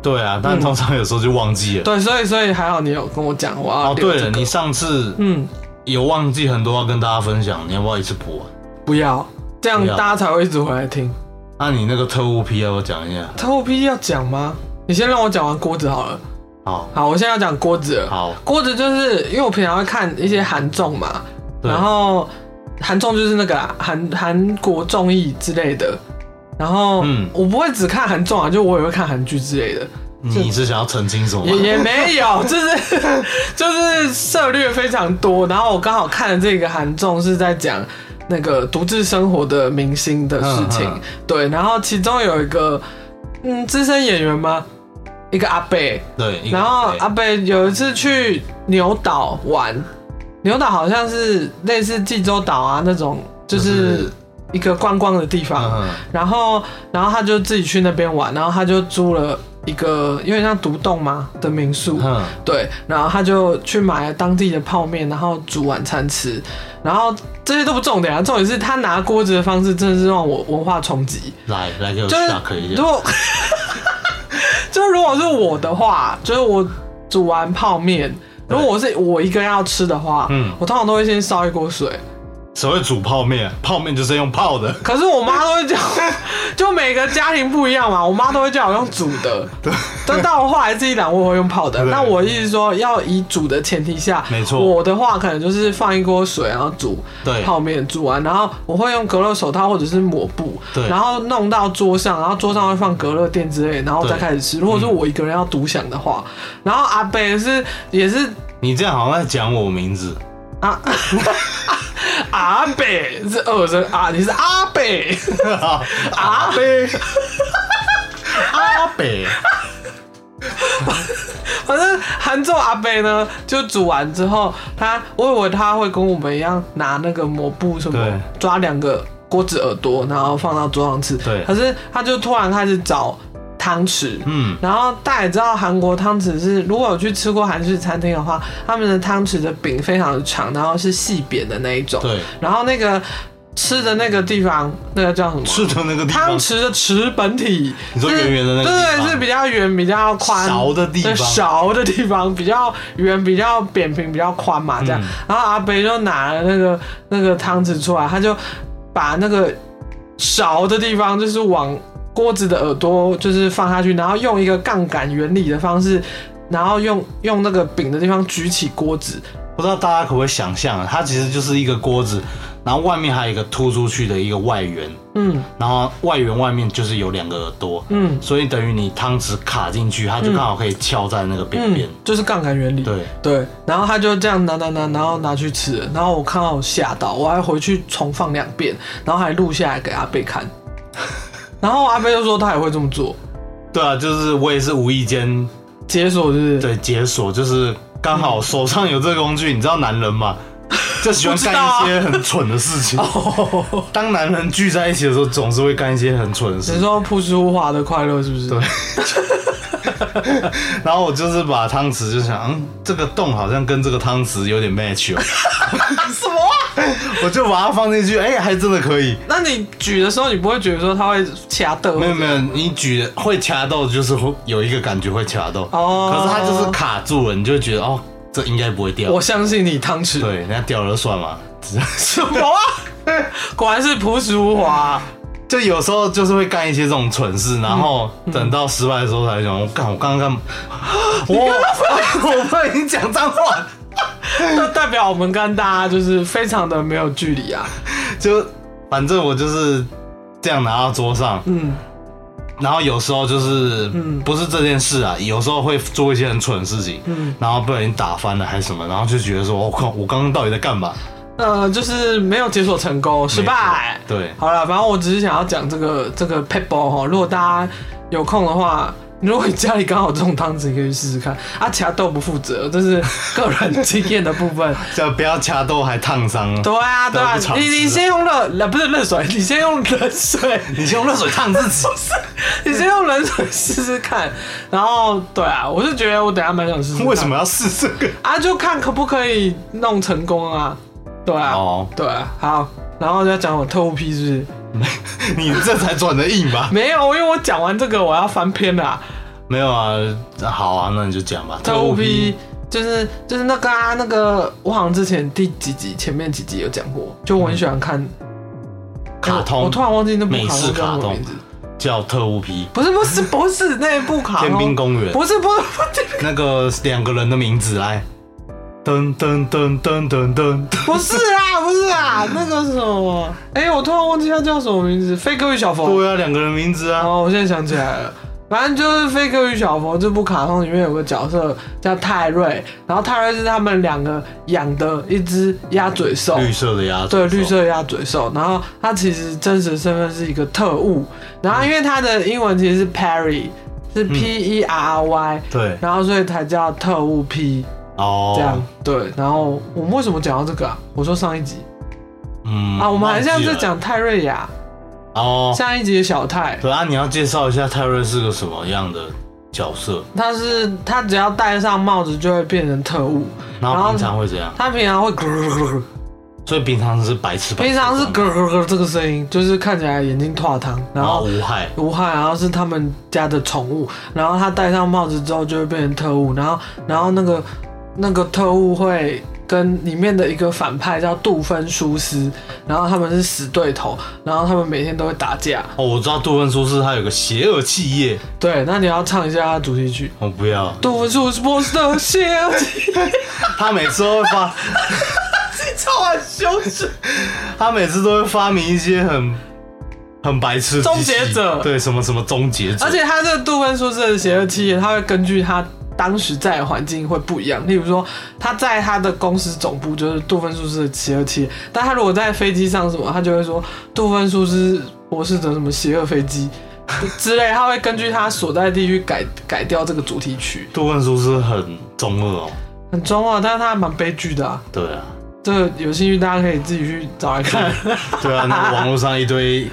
Speaker 2: 对啊，但通常有时候就忘记了。
Speaker 1: 对，所以所以还好你有跟我讲，我要
Speaker 2: 哦，
Speaker 1: 留
Speaker 2: 对
Speaker 1: 这
Speaker 2: 了，
Speaker 1: 个
Speaker 2: 你上次
Speaker 1: 嗯，
Speaker 2: 有忘记很多要跟大家分享，你要不要一次补啊？
Speaker 1: 不要这样，
Speaker 2: 不要
Speaker 1: 大家才会一直回来听。
Speaker 2: 那、你那个特务批要不要讲一下？
Speaker 1: 他务必要讲吗？你先让我讲完锅子好了。
Speaker 2: 好，
Speaker 1: 好，我现在要讲锅子了。
Speaker 2: 好，
Speaker 1: 锅子就是因为我平常会看一些韩综嘛，
Speaker 2: 对
Speaker 1: 然后韩综就是那个啦韩韩国综艺之类的，然后
Speaker 2: 嗯
Speaker 1: 我不会只看韩综啊，就我也会看韩剧之类的，
Speaker 2: 你是想要澄清什么吗？
Speaker 1: 也也没有， 就是就是涉略非常多。然后我刚好看的这个韩综是在讲那个独自生活的明星的事情，
Speaker 2: 嗯嗯
Speaker 1: 对，然后其中有一个嗯资深演员吗？一个阿贝，
Speaker 2: 对，一个
Speaker 1: 然后啊
Speaker 2: 对
Speaker 1: 阿北有一次去牛岛玩，牛岛好像是类似济州岛啊那种，就
Speaker 2: 就是是
Speaker 1: 一个观光的地方。
Speaker 2: 嗯，
Speaker 1: 然后，然后他就自己去那边玩，然后他就租了一个有点像独栋嘛的民宿，
Speaker 2: 嗯
Speaker 1: 对，然后他就去买了当地的泡面，然后煮晚餐吃。然后这些都不重点啊，重点是他拿锅子的方式真的是让我文化冲击。
Speaker 2: 来来给我
Speaker 1: 就是
Speaker 2: shock 一下
Speaker 1: 如。果 就是如果是我的话，就是我煮完泡面，如果我是我一个人要吃的话，
Speaker 2: 嗯
Speaker 1: 我通常都会先烧一锅水，
Speaker 2: 谁会煮泡面？泡面就是用泡的。
Speaker 1: 可是我妈 都会叫，就每个家庭不一样嘛，我妈都会叫我用煮的。对，但到我后来自己懒，我会用泡的。
Speaker 2: 对
Speaker 1: 那我意思说，要以煮的前提下，
Speaker 2: 没错
Speaker 1: 我的话可能就是放一锅水，然后煮
Speaker 2: 对
Speaker 1: 泡面，煮完，然后我会用隔热手套或者是抹布，
Speaker 2: 对
Speaker 1: 然后弄到桌上，然后桌上会放隔热垫之类，然后再
Speaker 2: 对
Speaker 1: 开始吃。如果是我一个人要独享的话，然后阿北是也是
Speaker 2: 你这样好像在讲我名字，
Speaker 1: 啊 阿北是二声啊，你是阿北。
Speaker 2: 阿北，阿北，
Speaker 1: 反正韩昼阿伯呢，就煮完之后，他我以为他会跟我们一样拿那个抹布什么
Speaker 2: 对
Speaker 1: 抓两个锅子耳朵，然后放到桌上吃。
Speaker 2: 对
Speaker 1: 可是他就突然开始找汤匙。
Speaker 2: 嗯，
Speaker 1: 然后大家也知道，韩国汤匙是，如果有去吃过韩式餐厅的话，他们的汤匙的柄非常的长，然后是细扁的那一种。
Speaker 2: 对，
Speaker 1: 然后那个吃的那个地方，那个叫什么？
Speaker 2: 是的那个地
Speaker 1: 汤
Speaker 2: 方，
Speaker 1: 匙的匙本体，
Speaker 2: 你说圆圆的那个地
Speaker 1: 对
Speaker 2: 方
Speaker 1: 对，是比较圆、比较宽，
Speaker 2: 勺的地方
Speaker 1: 对勺的地方比较圆、比较扁平、比较宽嘛，这样。
Speaker 2: 嗯
Speaker 1: 然后阿北就拿了那个那个汤匙出来，他就把那个勺的地方就是往锅子的耳朵就是放下去，然后用一个杠杆原理的方式，然后用用那个柄的地方举起锅子，
Speaker 2: 不知道大家可不可以想象啊，它其实就是一个锅子，然后外面还有一个凸出去的一个外缘，
Speaker 1: 嗯
Speaker 2: 然后外缘外面就是有两个耳朵，
Speaker 1: 嗯
Speaker 2: 所以等于你汤匙卡进去，它就刚好可以翘在那个边
Speaker 1: 嗯
Speaker 2: 边。，
Speaker 1: 就是杠杆原理。
Speaker 2: 对，
Speaker 1: 对，然后他就这样拿拿拿，然后拿去吃了，然后我看到我吓到，我还回去重放两遍，然后还录下来给阿 贝看，然后阿贝就说他也会这么做，
Speaker 2: 对啊，就是我也是无意间
Speaker 1: 解锁就是
Speaker 2: 对解锁，就是刚好手上有这个工具，你知道男人 嘛，就喜欢
Speaker 1: 我知道啊
Speaker 2: 干一些很蠢的事情。当男人聚在一起的时候，总是会干一些很蠢的事
Speaker 1: 你
Speaker 2: 情。
Speaker 1: 说朴实无华的快乐是不是？
Speaker 2: 对然后我就是把汤匙就想，嗯，这个洞好像跟这个汤匙有点 match 哦，
Speaker 1: 什么啊、
Speaker 2: 我就把它放进去，哎、还真的可以。
Speaker 1: 那你举的时候，你不会觉得说他会掐的？
Speaker 2: 没有没有，你举的会卡到，就是会有一个感觉会卡到。
Speaker 1: 哦
Speaker 2: 可是它就是卡住了，你就会觉得哦，这应该不会掉。
Speaker 1: 我相信你汤匙。
Speaker 2: 对，人家掉了就算嘛。只
Speaker 1: 什么啊？果然是朴实无华啊、
Speaker 2: 就有时候就是会干一些这种蠢事，然后
Speaker 1: 嗯
Speaker 2: 等到失败的时候才想，我干，我刚刚 干， 我 我不能讲脏话，
Speaker 1: 那代表我们跟大家就是非常的没有距离啊。
Speaker 2: 就反正我就是这样拿到桌上，
Speaker 1: 嗯
Speaker 2: 然后有时候就是
Speaker 1: 嗯
Speaker 2: 不是这件事啊，有时候会做一些很蠢的事情，
Speaker 1: 嗯，
Speaker 2: 然后被人打翻了还是什么，然后就觉得说，我、靠，我刚刚到底在干嘛？
Speaker 1: 呃，就是没有解锁成功，失败。
Speaker 2: 对，
Speaker 1: 好了，反正我只是想要讲这个这个 p e b a l 哈，如果大家有空的话，如果你家里刚好有这种汤匙，你可以去试试看。啊，其他都不负责，这是个人经验的部 分。
Speaker 2: 就不要掐豆还烫伤。
Speaker 1: 对啊，对啊
Speaker 2: 得不，偿
Speaker 1: 你
Speaker 2: 失
Speaker 1: 你先用热，呃不是热水，你先用冷水，
Speaker 2: 你先用热水烫自己，
Speaker 1: 你先用冷水试试看。然后，对啊，我是觉得我等一下蛮想试试看。
Speaker 2: 为什么要试这 个？
Speaker 1: 啊？就看可不可以弄成功啊？对啊，
Speaker 2: 哦
Speaker 1: 对啊，好。然后要讲我特务批是不是？
Speaker 2: 你这才转的硬吧？
Speaker 1: 没有，因为我讲完这个我要翻篇了啊、
Speaker 2: 没有啊，好啊，那你就讲吧。
Speaker 1: 特务批就是就是那个啊，那个我好像之前第几集前面几集有讲过，就我很喜欢看
Speaker 2: 卡
Speaker 1: 哎我
Speaker 2: 通
Speaker 1: 我突然忘记那部
Speaker 2: 美式
Speaker 1: 叫什
Speaker 2: 嗯卡
Speaker 1: 么
Speaker 2: 通
Speaker 1: 名字，
Speaker 2: 叫特务皮，
Speaker 1: 不是不是不是那部卡通，
Speaker 2: 天兵公园
Speaker 1: 不是不是不是
Speaker 2: 那个两个人的名字来，噔噔噔噔噔噔，
Speaker 1: 不是啊不是啊，那个什么，哎、我突然忘记他叫什么名字，飞哥与小佛，
Speaker 2: 对啊，两个人名字啊，
Speaker 1: 哦，我现在想起来了，反正就是《飞哥与小佛》这部卡通里面有个角色叫泰瑞，然后泰瑞是他们两个养的一只鸭嘴兽，
Speaker 2: 绿色的鸭子，
Speaker 1: 哦对，绿色鸭嘴兽。然后他其实真实身份是一个特务，然后因为他的英文其实是 Perry，是
Speaker 2: 嗯
Speaker 1: P E R R Y，、
Speaker 2: 对，
Speaker 1: 然后所以才叫特务 P
Speaker 2: 哦，
Speaker 1: 这样。对，然后我们为什么讲到这个啊？我说上一集
Speaker 2: 嗯
Speaker 1: 啊，我们好像
Speaker 2: 忘记
Speaker 1: 是
Speaker 2: 了
Speaker 1: 讲泰瑞亚，
Speaker 2: 哦，
Speaker 1: 上一集的小泰。
Speaker 2: 对啊，你要介绍一下泰瑞是个什么样的角色，
Speaker 1: 他是他只要戴上帽子就会变成特务，
Speaker 2: 然
Speaker 1: 然
Speaker 2: 后
Speaker 1: 后
Speaker 2: 平常会怎样？
Speaker 1: 他平常会咯咯咯咯，
Speaker 2: 所以平常是白痴，白痴
Speaker 1: 平常是
Speaker 2: 这样
Speaker 1: 咯咯咯这个声音，就是看起来眼睛拓汤，然
Speaker 2: 然后
Speaker 1: 后
Speaker 2: 无害，
Speaker 1: 无害，然后是他们家的宠物，然后他戴上帽子之后就会变成特务，然后然后那个那个特务会跟里面的一个反派叫杜芬舒斯，然后他们是死对头，然后他们每天都会打架。
Speaker 2: 哦，我知道杜芬舒斯他有个邪恶企业，
Speaker 1: 对，那你要唱一下他的主题曲。
Speaker 2: 我不要，
Speaker 1: 杜芬舒斯波斯的血，
Speaker 2: 他每次都会 发，
Speaker 1: 超很羞耻。
Speaker 2: 他每次都会发明一些很很白痴的
Speaker 1: 终
Speaker 2: 机器
Speaker 1: 结者
Speaker 2: 对，什么什么终结者
Speaker 1: 而，且他这个杜芬舒斯的邪恶企业，他会根据他当时在的环境会不一样。例如说，他在他的公司总部就是杜芬舒斯的邪恶企业，但他如果在飞机上什么，他就会说杜芬舒斯博士的什么邪恶飞机之类，他会根据他所在地区改改掉这个主题曲，
Speaker 2: 杜芬舒斯很中二哦，
Speaker 1: 很中二，但是他还蛮悲剧的啊。
Speaker 2: 对啊，
Speaker 1: 这个有兴趣大家可以自己去找来看
Speaker 2: 对啊，那网络上一堆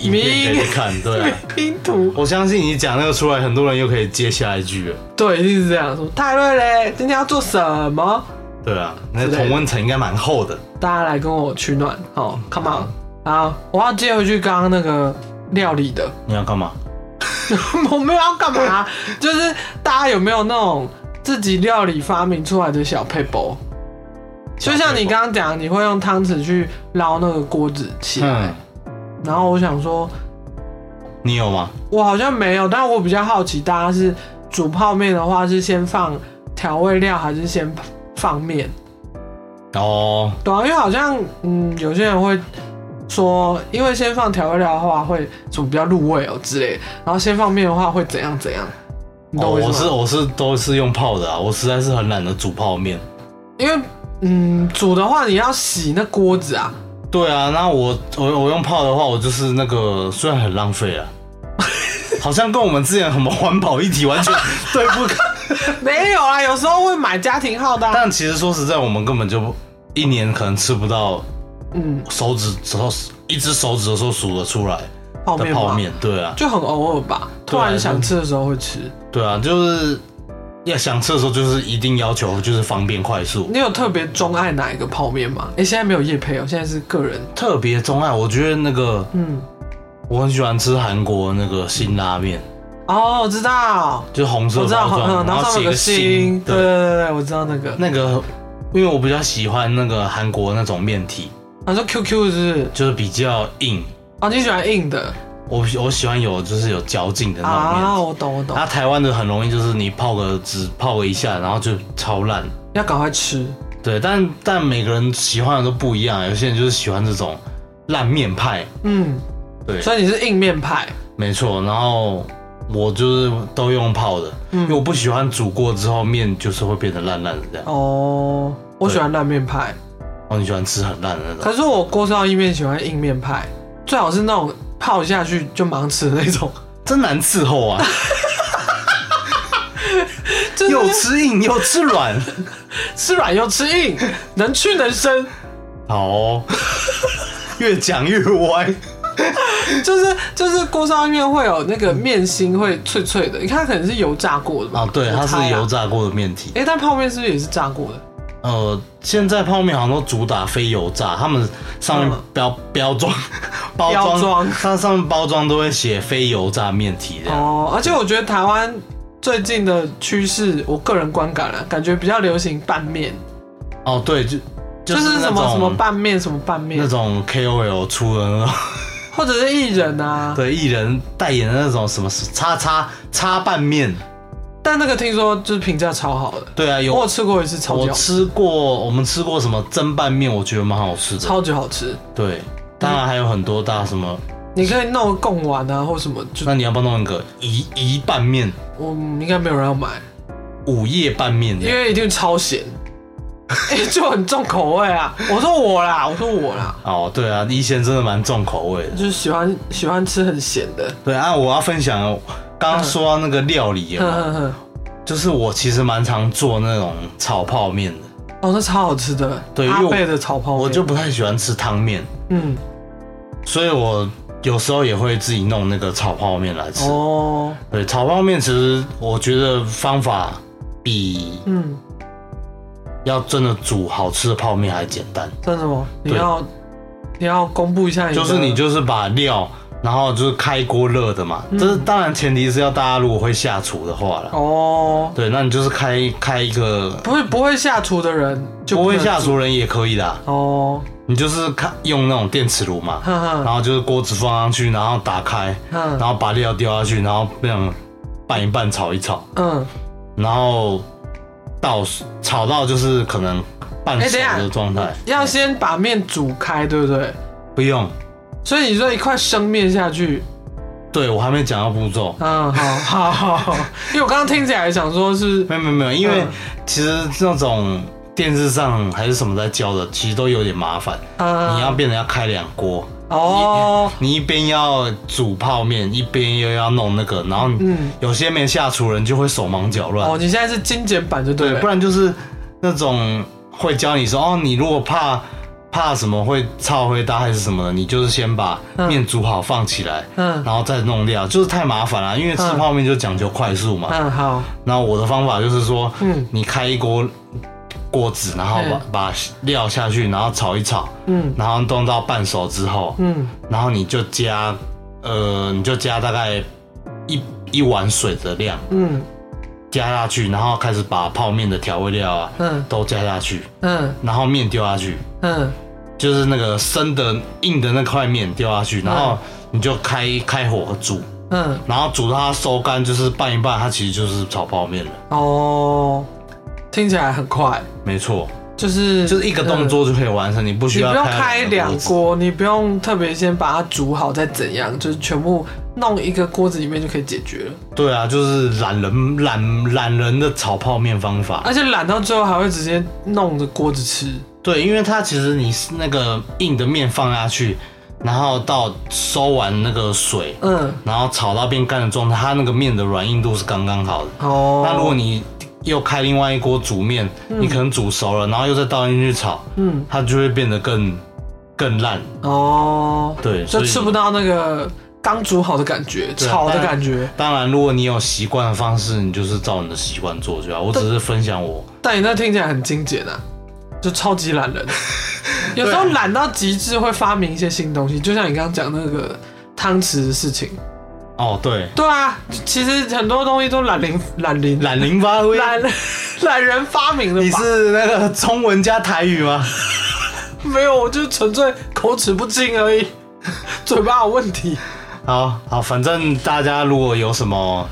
Speaker 2: 影片可以看，对啊。
Speaker 1: 拼图。
Speaker 2: 我相信你讲那个出来，很多人又可以接下一句了。
Speaker 1: 对，一定是这样说。泰瑞嘞，今天要做什么？
Speaker 2: 对啊，那同温层应该蛮厚的。
Speaker 1: 大家来跟我取暖，好、c o m e on，好，我要接回去刚刚那个料理的，
Speaker 2: 你要干嘛？
Speaker 1: 我没有要干 嘛，就是大家有没有那种自己料理发明出来的小 paper？就像你刚刚讲，你会用汤匙去捞那个锅子起来，
Speaker 2: 嗯，
Speaker 1: 然后我想说，
Speaker 2: 你有吗？
Speaker 1: 我好像没有，但我比较好奇，大家是煮泡面的话是先放调味料还是先放面？
Speaker 2: 哦，
Speaker 1: 对啊，因为好像嗯，有些人会说，因为先放调味料的话会什么比较入味哦之类的，然后先放面的话会怎样怎样，你
Speaker 2: 哦
Speaker 1: 懂我意
Speaker 2: 我
Speaker 1: 思
Speaker 2: 是
Speaker 1: 吗？
Speaker 2: 我是都是用泡的啊，我实在是很懒得煮泡面。
Speaker 1: 因为嗯，煮的话你要洗那锅子啊，
Speaker 2: 对啊，那我我我用泡的话，我就是那个虽然很浪费 啊，好像跟我们之前什么环保议题完 全对不开。
Speaker 1: 没有啊，有时候会买家庭号的啊、
Speaker 2: 但其实说实在，我们根本就不一年可能吃不到
Speaker 1: 嗯，
Speaker 2: 手指头一只手指的时候数得出来
Speaker 1: 泡
Speaker 2: 的
Speaker 1: 面
Speaker 2: 泡
Speaker 1: 嘛，
Speaker 2: 面。对啊，
Speaker 1: 就很偶尔吧，突
Speaker 2: 对啊
Speaker 1: 然想吃的时候会吃。
Speaker 2: 对啊，就是要想吃的时候，就是一定要求就是方便快速。
Speaker 1: 你有特别钟爱哪一个泡面吗？哎、现在没有叶配哦，现在是个人。
Speaker 2: 特别钟爱，我觉得那个
Speaker 1: 嗯，
Speaker 2: 我很喜欢吃韩国那个辛拉面，
Speaker 1: 哦，我知道，
Speaker 2: 就是红色
Speaker 1: 我
Speaker 2: 包
Speaker 1: 知道，
Speaker 2: 装，
Speaker 1: 嗯，然后上
Speaker 2: 写
Speaker 1: 面有
Speaker 2: 个
Speaker 1: 个星，对对
Speaker 2: 对，
Speaker 1: 对对，我知道那个。
Speaker 2: 那个因为我比较喜欢那个韩国那种面体，
Speaker 1: 他说 QQ 是不是？
Speaker 2: 就是比较硬，
Speaker 1: 哦，你喜欢硬的
Speaker 2: 我我喜欢有就是有嚼劲的那种面
Speaker 1: 啊？
Speaker 2: 体。
Speaker 1: 我懂，我懂
Speaker 2: 然，后台湾的很容易就是你泡个只泡个一下，然后就超烂。
Speaker 1: 要赶快吃。
Speaker 2: 对，但但每个人喜欢的都不一样，有些人就是喜欢这种烂面派，
Speaker 1: 嗯，
Speaker 2: 对
Speaker 1: 所以你是硬面派，
Speaker 2: 没错。然后我就是都用泡的，
Speaker 1: 嗯
Speaker 2: 因为我不喜欢煮过之后面就是会变得烂烂的这样。
Speaker 1: 哦，我喜欢烂面派，
Speaker 2: 哦，你喜欢吃很烂的那种
Speaker 1: 可？是我锅烧意面喜欢硬面派，最好是那种泡下去就忙吃的那种，
Speaker 2: 真难伺候啊！
Speaker 1: 就是
Speaker 2: 又吃硬又吃软。
Speaker 1: 吃软又吃硬，能屈能伸，
Speaker 2: 好哦，越讲越歪。
Speaker 1: 就是就是锅烧意面会有那个面心会脆脆的，你看它可能是油炸过的吧？
Speaker 2: 啊，对，它是油
Speaker 1: 炸。
Speaker 2: 炸过的面体。
Speaker 1: 哎、但泡面是不是也是炸过的？
Speaker 2: 呃，现在泡面好像都主打非油炸，他们上面
Speaker 1: 嗯
Speaker 2: 标标 装、包
Speaker 1: 标
Speaker 2: 装
Speaker 1: 装，
Speaker 2: 它上面包装都会写非油炸面体这样。
Speaker 1: 哦，而且我觉得台湾最近的趋势，我个人观感啊，感觉比较流行拌面，
Speaker 2: 哦，对，就
Speaker 1: 就
Speaker 2: 就是是
Speaker 1: 什
Speaker 2: 那
Speaker 1: 么
Speaker 2: 种
Speaker 1: 什么拌面什么拌面
Speaker 2: 那，种 KOL 出的 那种，
Speaker 1: 或者是艺人啊。
Speaker 2: 对艺人代言的那种什么叉叉叉拌面，
Speaker 1: 但那个听说就是评价超好的，
Speaker 2: 对啊，有
Speaker 1: 我有吃过一次，超级
Speaker 2: 我
Speaker 1: 好吃，
Speaker 2: 吃过，我们吃过什么蒸拌面，我觉得蛮好吃的。
Speaker 1: 超级好吃。
Speaker 2: 对，当然还有很多大什么，
Speaker 1: 你可以弄个贡丸啊，或什么，就
Speaker 2: 那你要不要弄一个一一拌面、
Speaker 1: 我嗯应该没有人要买，
Speaker 2: 午夜拌面这
Speaker 1: 因
Speaker 2: 样？
Speaker 1: 为一定超 咸，哎，就很重口味啊。我说我啦，我说我啦，
Speaker 2: 哦，对啊，一贤真的蛮重口味的。
Speaker 1: 就是喜欢喜欢吃很咸的，
Speaker 2: 对啊，我要分享哦，刚刚说到那个料理有没
Speaker 1: 哼
Speaker 2: 有，
Speaker 1: 哼哼，
Speaker 2: 就是我其实蛮常做那种炒泡面的，
Speaker 1: 哦，那超好吃的，
Speaker 2: 对因为
Speaker 1: 阿
Speaker 2: 我
Speaker 1: 贝的炒泡面，
Speaker 2: 我就不太喜欢吃汤面，
Speaker 1: 嗯。
Speaker 2: 所以我有时候也会自己弄那个炒泡面来吃。
Speaker 1: 哦，
Speaker 2: 对，炒泡面其实我觉得方法比
Speaker 1: 嗯，
Speaker 2: 要真的煮好吃的泡面还简单，
Speaker 1: 真的吗？你
Speaker 2: 对
Speaker 1: 要你要公布一下你的，
Speaker 2: 就是你就是把料然后就是开锅热的嘛。这是当然前提是要大家如果会下厨的话了。
Speaker 1: 嗯哦，
Speaker 2: 对，那你就是开开一个
Speaker 1: 不会不会下厨的人就
Speaker 2: 不会
Speaker 1: 能
Speaker 2: 下
Speaker 1: 煮
Speaker 2: 厨人也可以啦，
Speaker 1: 哦，
Speaker 2: 你就是开用那种电磁炉嘛，
Speaker 1: 哼哼
Speaker 2: 然后就是锅子放上去，然后打开，
Speaker 1: 嗯
Speaker 2: 然后把料丢下去，然后那样拌一拌，炒一炒，
Speaker 1: 嗯，
Speaker 2: 然后到炒到就是可能半
Speaker 1: 哎
Speaker 2: 熟
Speaker 1: 等一下
Speaker 2: 的状态，
Speaker 1: 要先把面煮开，对不对？
Speaker 2: 不用。
Speaker 1: 所以你说一块生面下去，
Speaker 2: 对我还没讲到步骤，
Speaker 1: 嗯，好，好，好，因为我刚刚听起来想说是，
Speaker 2: 没有没有没有，因为
Speaker 1: 嗯
Speaker 2: 其实那种电视上还是什么在教的，其实都有点麻烦。
Speaker 1: 嗯，
Speaker 2: 你要变成要开两锅，
Speaker 1: 哦，
Speaker 2: 你一边要煮泡面，一边又要弄那个，然后你
Speaker 1: 嗯，
Speaker 2: 有些没下厨人就会手忙脚乱
Speaker 1: 哦，。你现在是精简版就对
Speaker 2: 对，
Speaker 1: 了，
Speaker 2: 不然就是那种会教你说哦，你如果怕怕什么会炒会搭还是什么的，你就是先把
Speaker 1: 嗯
Speaker 2: 面煮好放起来，
Speaker 1: 嗯
Speaker 2: 然后再弄料，就是太麻烦了，因为吃
Speaker 1: 嗯
Speaker 2: 泡面就讲究快速嘛。
Speaker 1: 嗯，好，
Speaker 2: 那我的方法就是说，
Speaker 1: 嗯
Speaker 2: 你开一锅锅子，然后
Speaker 1: 嗯
Speaker 2: 把把料下去，然后炒一炒，
Speaker 1: 嗯
Speaker 2: 然后弄到半熟之后，
Speaker 1: 嗯，
Speaker 2: 然后你就加，呃，你就加大概一一碗水的量
Speaker 1: 嗯
Speaker 2: 加下去，然后开始把泡面的调味料啊
Speaker 1: 嗯
Speaker 2: 都加下去，
Speaker 1: 嗯
Speaker 2: 然后面丢下去，
Speaker 1: 嗯，
Speaker 2: 就是那个生的硬的那块面丢下去，然后你就开开火煮，
Speaker 1: 嗯，
Speaker 2: 然后煮到它收干，就是拌一拌，它其实就是炒泡面了，
Speaker 1: 哦，听起来很快，
Speaker 2: 没错。
Speaker 1: 就是呃
Speaker 2: 就是一个动。作就可以完成，你不需
Speaker 1: 你
Speaker 2: 要
Speaker 1: 不用开两
Speaker 2: 锅。
Speaker 1: 锅，你不用特别先把它煮好再怎样，就是全部弄一个锅子里面就可以解决了。
Speaker 2: 对啊，就是懒人懒懒人的炒泡面方法。
Speaker 1: 而且懒到最后还会直接弄着锅子吃。
Speaker 2: 对，因为它其实你是那个硬的面放下去，然后到收完那个水，
Speaker 1: 嗯，
Speaker 2: 然后炒到变干的状态，它那个面的软硬度是刚刚好的。
Speaker 1: 哦，
Speaker 2: 那如果你又开另外一锅煮面，你可能煮熟了，然后又再倒进去炒，
Speaker 1: 嗯
Speaker 2: 它就会变得更更烂。
Speaker 1: 哦，
Speaker 2: 对，所
Speaker 1: 就
Speaker 2: 以
Speaker 1: 吃不到那个刚煮好的感觉，
Speaker 2: 啊
Speaker 1: 炒的感觉。
Speaker 2: 当然，如果你有习惯的方式，你就是照你的习惯做就好。我只是分享我。
Speaker 1: 但你那听起来很精简啊，就超级 懒人。有时候懒到极致会发明一些新东西，就像你刚刚讲那个汤匙的事情。
Speaker 2: 哦，对，
Speaker 1: 对啊，其实很多东西都懒零懒零
Speaker 2: 懒零发挥。
Speaker 1: 懒懒人发明的吧？
Speaker 2: 你是那个中文加台语吗？
Speaker 1: 没有，我就纯粹口齿不清而已， 嘴巴有问题。
Speaker 2: 好好，反正大家如果有什么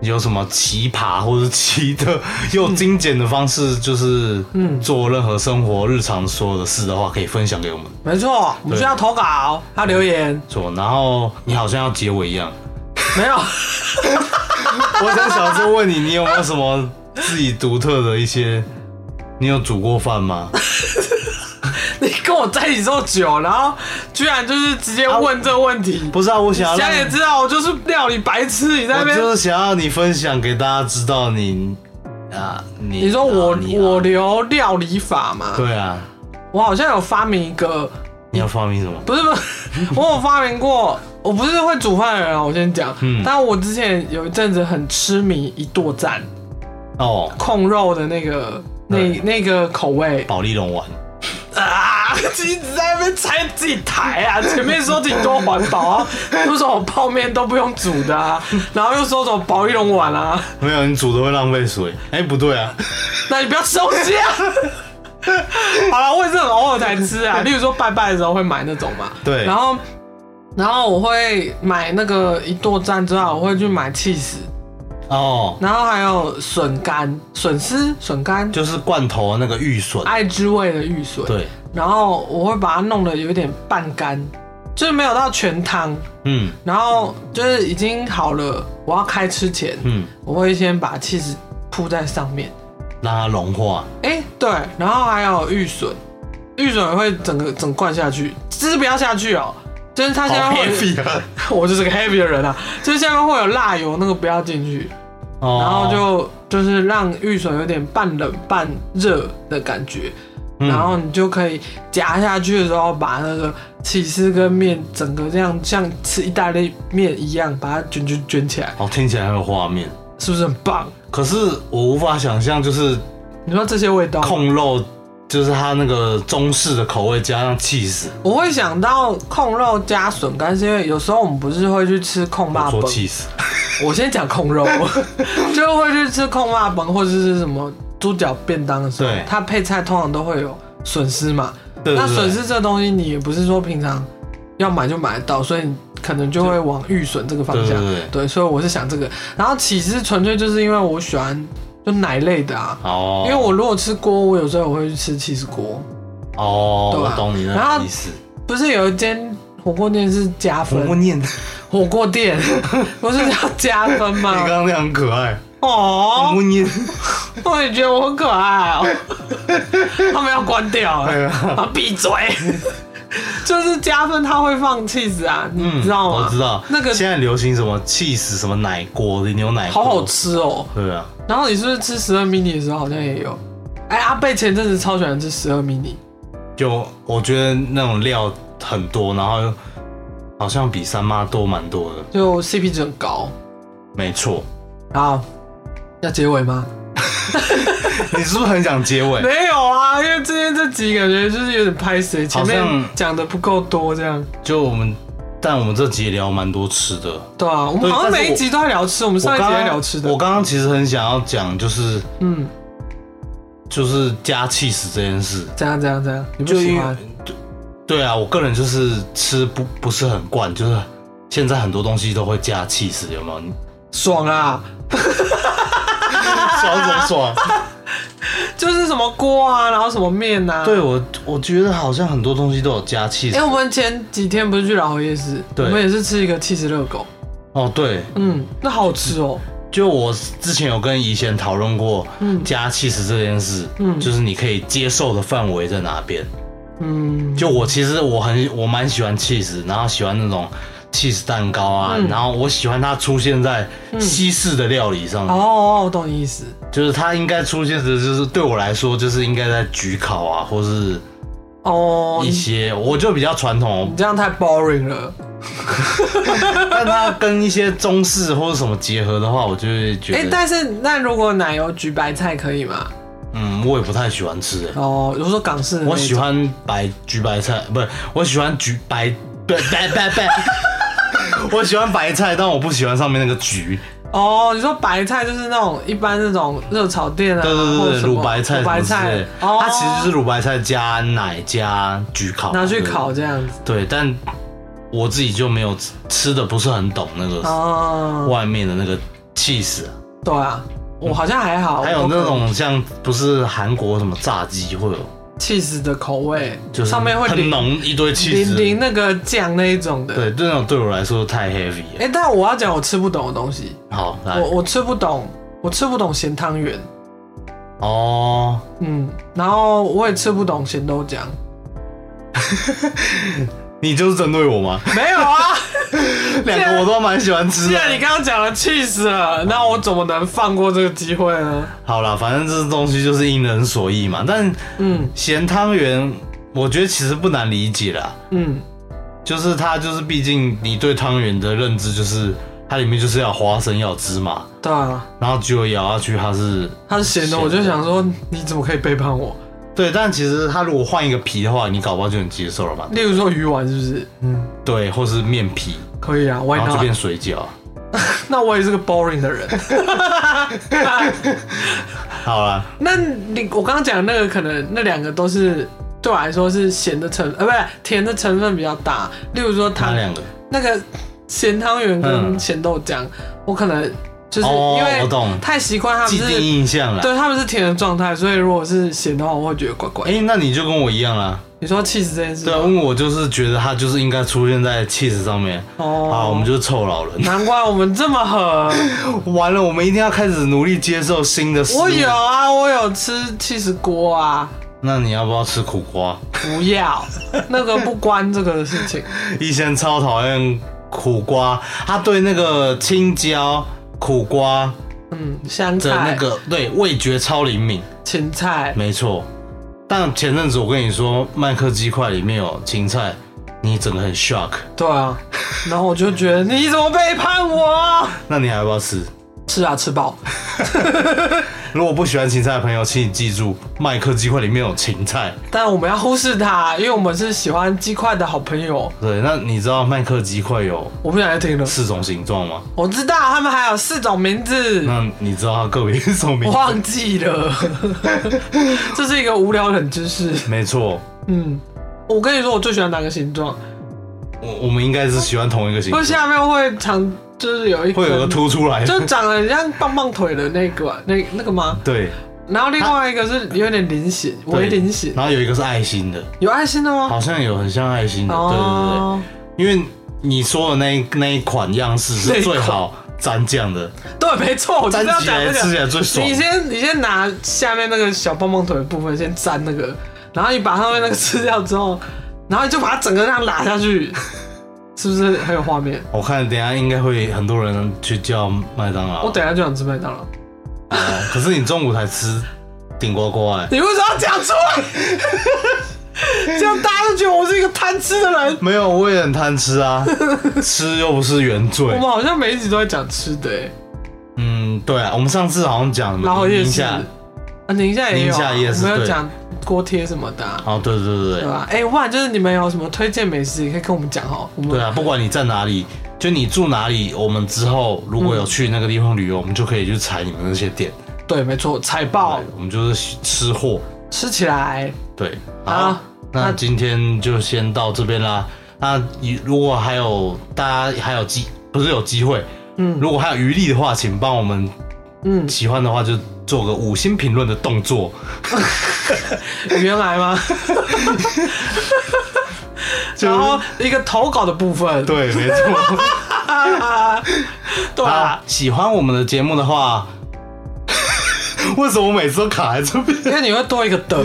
Speaker 2: 有什么奇葩或者奇特又精简的方式，就是
Speaker 1: 嗯
Speaker 2: 做任何生活日常所有的事的话，可以分享给我们
Speaker 1: 没错，我们需要投稿，他留言
Speaker 2: 做。然后你好像要结尾一样，
Speaker 1: 没有。
Speaker 2: 我想想说问你，你有没有什么自己独特的一些？你有煮过饭吗？
Speaker 1: 你跟我在一起这么久，然后居然就是直接问这个问题，
Speaker 2: 不是啊，我想要
Speaker 1: 想、
Speaker 2: 让
Speaker 1: 也知道我就是料理白痴，你在那
Speaker 2: 我
Speaker 1: 边。
Speaker 2: 就是想要你分享给大家知道你啊，你
Speaker 1: 你说我、
Speaker 2: 啊你啊
Speaker 1: 我留料理法嘛？
Speaker 2: 对啊，
Speaker 1: 我好像有发明一个，
Speaker 2: 你要发明什么？
Speaker 1: 不是不是，我有发明过，我不是会煮饭的人啊，我先讲。
Speaker 2: 嗯
Speaker 1: 但我之前有一阵子很痴迷一剁赞
Speaker 2: 哦，
Speaker 1: 控肉的那个那
Speaker 2: 对
Speaker 1: 那个口味，
Speaker 2: 保利龙丸。
Speaker 1: 啊！一直在那边拆自己台啊！ 前面说自己多环保啊， 又说我泡面都不用煮的啊，然后又说什么保一龙碗啊，
Speaker 2: 没有，你煮的会浪费水。哎、不对啊，
Speaker 1: 那你不要吃东西啊！ 好了，我也是很偶尔才吃 啊，例如说拜拜的时候会买那种嘛，
Speaker 2: 对
Speaker 1: 然后然后我会买那个一剁蘸之后，我会去买 cheese，
Speaker 2: 哦，
Speaker 1: 然后还有笋干、笋丝、笋干，
Speaker 2: 就是罐头那个玉笋。
Speaker 1: 爱之味的玉笋，
Speaker 2: 对，
Speaker 1: 然后我会把它弄得有点半干，就是没有到全汤，
Speaker 2: 嗯
Speaker 1: 然后就是已经好了，我要开吃前，
Speaker 2: 嗯，
Speaker 1: 我会先把气质铺在上面。
Speaker 2: 让它融化。
Speaker 1: 哎，对，然后还有玉笋，玉笋也会整个整罐下去，只是不要下去哦。就是它
Speaker 2: 好
Speaker 1: 现在会有，
Speaker 2: heavy 啊！
Speaker 1: 我就是个 heavy 的人啊，就是下面会有辣油，那个不要进去，
Speaker 2: 哦
Speaker 1: 然后就就是让玉笋有点半冷半热的感觉，
Speaker 2: 嗯
Speaker 1: 然后你就可以夹下去的时候，把那个起司跟面整个这样像吃意大利面一样，把它卷卷卷起来，
Speaker 2: 哦，听起来很有画面。
Speaker 1: 是不是很棒？
Speaker 2: 可是我无法想象，就是
Speaker 1: 你说这些味道，
Speaker 2: 控肉就是它那个中式的口味加上 cheese，
Speaker 1: 我会想到控肉加笋干，是因为有时候我们不是会去吃控霸
Speaker 2: 说
Speaker 1: 崩。
Speaker 2: cheese，
Speaker 1: 我先讲 控肉，就是会去吃控霸崩或者是什么猪脚便当的时候
Speaker 2: 对，
Speaker 1: 它配菜通常都会有笋丝嘛。
Speaker 2: 对
Speaker 1: 那
Speaker 2: 对
Speaker 1: 笋
Speaker 2: 对，
Speaker 1: 丝这东西，你也不是说平常要买就买得到，所以你可能就会往玉笋这个方向
Speaker 2: 对对。
Speaker 1: 对，所以我是想这个。然后起司纯粹就是因为我喜欢就奶类的啊，
Speaker 2: 哦，
Speaker 1: 因为我如果吃锅，我有时候我会去吃起司锅。
Speaker 2: 哦，
Speaker 1: 对
Speaker 2: 我
Speaker 1: 啊
Speaker 2: 懂你
Speaker 1: 然
Speaker 2: 那
Speaker 1: 后
Speaker 2: 个意思，
Speaker 1: 不是有一间火锅店是加分
Speaker 2: 我，不念，你
Speaker 1: 火锅 店不是要加分
Speaker 2: 刚
Speaker 1: 吗？
Speaker 2: 刚那样很可爱，我
Speaker 1: 哦，
Speaker 2: 不 念，
Speaker 1: 我也觉得我很可爱 哦。他们要关掉
Speaker 2: 哎
Speaker 1: 了，
Speaker 2: 呀
Speaker 1: 啊，闭 嘴！就是加分，他会放气质啊，你
Speaker 2: 嗯
Speaker 1: 知道吗？
Speaker 2: 我知道，
Speaker 1: 那个
Speaker 2: 现在流行什么 cheese 什么奶锅的牛奶锅，
Speaker 1: 好好，吃哦。
Speaker 2: 对啊，
Speaker 1: 然后你是不是吃十二 mini 的时候好像也有？哎，阿贝前阵子超喜欢吃十二 mini，
Speaker 2: 就我觉得那种料很多，然后好像比三妈多蛮多的，
Speaker 1: 就 CP 值很高。
Speaker 2: 没 错。
Speaker 1: 好，要结尾吗？
Speaker 2: 你是不是很想结尾？
Speaker 1: 没有啊，因为今天这集感觉就是有点拍谁，前
Speaker 2: 好像
Speaker 1: 面讲的不够多这样。
Speaker 2: 就我们，但我们这集也聊蛮多吃的。
Speaker 1: 对啊，我们
Speaker 2: 对
Speaker 1: 好像
Speaker 2: 但是
Speaker 1: 每一
Speaker 2: 我
Speaker 1: 集都在聊吃，我们上
Speaker 2: 我
Speaker 1: 一集
Speaker 2: 刚
Speaker 1: 在
Speaker 2: 刚
Speaker 1: 聊吃的
Speaker 2: 我。刚刚其实很想要讲，就是
Speaker 1: 嗯，
Speaker 2: 就是加 cheese 这件事，
Speaker 1: 怎样怎样怎样？你不
Speaker 2: 就
Speaker 1: 喜
Speaker 2: 因为
Speaker 1: 欢？
Speaker 2: 对对啊，我个人就是吃不不是很惯，就是现在很多东西都会加 cheese，有没有？你
Speaker 1: 爽啊！
Speaker 2: 爽爽爽！
Speaker 1: 就是什么锅啊，然后什么面啊。
Speaker 2: 对我我觉得好像很多东西都有加
Speaker 1: 哎、
Speaker 2: cheese。
Speaker 1: 我们前几天不是去老河夜市，我
Speaker 2: 对
Speaker 1: 们也是吃一个气死热狗，
Speaker 2: 哦，对，
Speaker 1: 嗯，那好好吃哦。
Speaker 2: 就我之前有跟怡贤讨论过，
Speaker 1: 嗯
Speaker 2: 加 cheese 这件事，
Speaker 1: 嗯
Speaker 2: 就是你可以接受的范围在哪边？
Speaker 1: 嗯，
Speaker 2: 就我其实我很我蛮喜欢 cheese，然后喜欢那种 cheese 蛋糕啊，
Speaker 1: 嗯
Speaker 2: 然后我喜欢它出现在西式的料理上面，
Speaker 1: 哦哦，我懂你意思。
Speaker 2: 就是它应该出现的，就是对我来说就是应该在焗烤啊，或是
Speaker 1: 哦，
Speaker 2: 一
Speaker 1: 你
Speaker 2: 些我就比较传统
Speaker 1: 你，这样太 boring 了。
Speaker 2: 但它跟一些中式或者什么结合的话，我就会觉得，
Speaker 1: 哎、但是那如果奶油焗白菜可以吗？
Speaker 2: 嗯，我也不太喜欢吃、欸，
Speaker 1: 哦，我说港式的那种
Speaker 2: 我喜欢白焗白菜，不是，我喜欢焗白，对，白白白， 我喜欢白菜，但我不喜欢上面那个焗。
Speaker 1: 哦，你说白菜就是那种一般那种热炒店啊，
Speaker 2: 对
Speaker 1: 或
Speaker 2: 对对
Speaker 1: 者什
Speaker 2: 对，
Speaker 1: 么
Speaker 2: 卤白菜
Speaker 1: 卤
Speaker 2: 什
Speaker 1: 白
Speaker 2: 么之类
Speaker 1: 菜
Speaker 2: 的，，
Speaker 1: 哦
Speaker 2: 它其实就是卤白菜加奶加焗烤，
Speaker 1: 拿去烤这
Speaker 2: 样。
Speaker 1: 样子。
Speaker 2: 对，但我自己就没有吃吃的不是很懂那个
Speaker 1: 哦，
Speaker 2: 外面的那个 cheese，啊
Speaker 1: 对啊，我好像还好。
Speaker 2: 还有
Speaker 1: 我都可以
Speaker 2: 那种像不是韩国什么炸鸡会有，
Speaker 1: cheese 的口味，
Speaker 2: 就是
Speaker 1: 上面会
Speaker 2: 很
Speaker 1: 淋
Speaker 2: 浓一堆 cheese，
Speaker 1: 淋淋那个酱那一种的。
Speaker 2: 对，那种对我来说太 heavy 了。
Speaker 1: 哎、但我要讲我吃不懂的东西，
Speaker 2: 好，来
Speaker 1: 我我吃不懂，我吃不懂咸汤圆，
Speaker 2: 哦，
Speaker 1: 嗯，然后我也吃不懂咸豆浆，
Speaker 2: 你就是针对我 吗？
Speaker 1: 没 有啊。
Speaker 2: 两个我都蛮喜欢吃
Speaker 1: 既
Speaker 2: 的。
Speaker 1: 然你刚刚讲了 cheese 了，那我怎么能放过这个机会呢？
Speaker 2: 好啦，反正这东西就是因人所异嘛。但
Speaker 1: 嗯
Speaker 2: 咸汤圆，我觉得其实不难理解啦，
Speaker 1: 嗯，
Speaker 2: 就是它就是毕竟你对汤圆的认知就是它里面就是要花生要有芝麻，
Speaker 1: 对啊。
Speaker 2: 然后结果咬下去它是
Speaker 1: 他是咸的，
Speaker 2: 咸的
Speaker 1: 我就想说，你怎么可以背叛我？
Speaker 2: 对，但其实它如果换一个皮的话，你搞不好就能接受了吧？
Speaker 1: 例如说鱼丸是不是？
Speaker 2: 对，或是面皮，
Speaker 1: 可以啊，Why
Speaker 2: 嗯然后就变
Speaker 1: not？
Speaker 2: 水饺。
Speaker 1: 那我也是个 boring 的人。
Speaker 2: 好啦，
Speaker 1: 那你我刚刚讲的那个，可能那两个都是对我来说是咸的成，呃，不是甜的成分比较大。例如说
Speaker 2: 它
Speaker 1: 汤
Speaker 2: 两个
Speaker 1: 那个咸汤圆跟
Speaker 2: 嗯
Speaker 1: 咸豆浆，我可能就是
Speaker 2: 哦
Speaker 1: 因为
Speaker 2: 我懂
Speaker 1: 太习惯他们
Speaker 2: 既定
Speaker 1: 是，
Speaker 2: 印象啦。
Speaker 1: 对他们是甜的状态，所以如果是咸的话，我会觉得怪怪。
Speaker 2: 哎、那你就跟我一样啦。
Speaker 1: 你说 cheese 这件事
Speaker 2: 对啊，
Speaker 1: 吗，
Speaker 2: 因为我就是觉得它就是应该出现在 cheese 上面。
Speaker 1: 哦
Speaker 2: 好，我们就是臭老人。
Speaker 1: 难怪我们这么合。
Speaker 2: 完了，我们一定要开始努力接受新的事物。
Speaker 1: 我有啊，我有吃 cheese 锅啊，
Speaker 2: 那你要不要吃苦瓜？
Speaker 1: 不 要那个不关这个事情。
Speaker 2: 以前超讨厌苦瓜，他对那个青椒、苦瓜
Speaker 1: 嗯，香
Speaker 2: 的那
Speaker 1: 菜、
Speaker 2: 个对味觉超灵敏，
Speaker 1: 芹菜，
Speaker 2: 没错。但前阵子我跟你说，麦克鸡块里面有芹菜，你整个很 shock。
Speaker 1: 对啊，然后我就觉得你怎么背叛我？
Speaker 2: 那你还要不要吃？
Speaker 1: 吃啊吃爆，
Speaker 2: 如果不喜欢芹菜的朋友，请你记住，麦克鸡块里面有芹菜。
Speaker 1: 但我们要忽视它，因为我们是喜欢鸡块的好朋友。
Speaker 2: 对，那你知道麦克鸡块有
Speaker 1: 我不想再听了，
Speaker 2: 四种形状吗？
Speaker 1: 我知道他们还有四种名字，
Speaker 2: 那你知道它个别是什么名
Speaker 1: 我
Speaker 2: 字？
Speaker 1: 忘 记了，这是一个无聊冷知识。
Speaker 2: 没错，
Speaker 1: 嗯，我跟你说，我最喜欢哪个形状？
Speaker 2: 我我们应该是喜欢同一个形
Speaker 1: 不是
Speaker 2: 状，
Speaker 1: 下面会长，就是有一根
Speaker 2: 会有个凸出来
Speaker 1: 就
Speaker 2: 的。
Speaker 1: 长得很像棒棒腿的那个，那那个吗？
Speaker 2: 对，
Speaker 1: 然后另外一个是有点菱形，
Speaker 2: 对
Speaker 1: 微菱形，
Speaker 2: 然后有一个是爱心的，
Speaker 1: 有爱心的吗？
Speaker 2: 好像有很像爱心的。对对
Speaker 1: 哦，
Speaker 2: 对，因为你说的那一那一款样式
Speaker 1: 那
Speaker 2: 是
Speaker 1: 一款
Speaker 2: 最好蘸酱的，
Speaker 1: 对，没错，我就是
Speaker 2: 蘸
Speaker 1: 要
Speaker 2: 起
Speaker 1: 讲
Speaker 2: 来
Speaker 1: 这
Speaker 2: 吃起
Speaker 1: 个。
Speaker 2: 来最爽
Speaker 1: 你。先你先拿下面那个小棒棒腿的部分先粘那个，然后你把上面那个吃掉之后， 然后你就把它整个这样拉下去，是不是很有画面？
Speaker 2: 我看等一下应该会很多人去叫麦当劳啊
Speaker 1: 我，哦等一下就想吃麦当劳，
Speaker 2: 可是你中午才吃顶呱呱哎。
Speaker 1: 你为什么要讲出 来？这样大家都觉得我是一个贪吃的人。
Speaker 2: 没有，我也很贪吃 啊，吃又不是原
Speaker 1: 我
Speaker 2: 罪
Speaker 1: 们。好像每一集都在讲吃的、欸，
Speaker 2: 嗯，对啊，我们上次好像讲
Speaker 1: 然后
Speaker 2: 宁
Speaker 1: 夜市
Speaker 2: 夏
Speaker 1: 啊，，宁夏也有、
Speaker 2: 宁夏
Speaker 1: 啊，
Speaker 2: 夜市
Speaker 1: 我们有
Speaker 2: 对
Speaker 1: 讲锅贴什么的啊、
Speaker 2: 哦，对对对
Speaker 1: 对
Speaker 2: 对
Speaker 1: 吧？哎、不然就是你们有什么推荐美食，也可以跟我们讲哦。我们
Speaker 2: 对啊，不管你在哪里，就你住哪里，我们之后如果有去那个地方旅游，我们就可以去踩你们那些店，
Speaker 1: 对，没错，财报
Speaker 2: 对我们就是吃货。
Speaker 1: 吃起来
Speaker 2: 对，好
Speaker 1: 啊，，
Speaker 2: 那
Speaker 1: 那
Speaker 2: 今天就先到这边啦。那如果还有大家还有机，不是有机会，嗯，如果还有余力的话，请帮我们
Speaker 1: 嗯，
Speaker 2: 喜欢的话就做个五星评论的动作。
Speaker 1: 原 来吗？然后一个投稿的部分，啊
Speaker 2: 对，没 错。
Speaker 1: 对
Speaker 2: 啊
Speaker 1: 啊，，
Speaker 2: 喜欢我们的节目的话， 为什么我每次都卡在这边？
Speaker 1: 因为你会多一个的，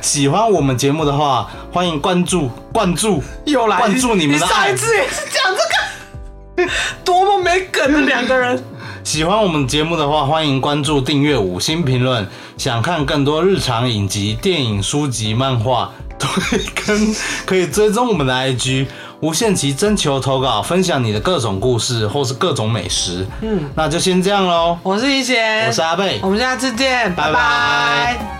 Speaker 2: 喜欢我们节目的话，欢迎关注、关注、
Speaker 1: 又来
Speaker 2: 灌注你们的
Speaker 1: 上
Speaker 2: 爱
Speaker 1: 一次也是讲这个， 多么没梗的两个人。
Speaker 2: 喜欢我们节目的话，欢迎关注、订阅、五星评论。想看更多日常影集、电影、书籍、漫画 推更，可以追踪我们的 IG。无限期征求投稿，分享你的各种故事或是各种美食。嗯，那就先这样喽。
Speaker 1: 我是一贤，
Speaker 2: 我是阿贝，
Speaker 1: 我们下次见，
Speaker 2: 拜拜
Speaker 1: 拜拜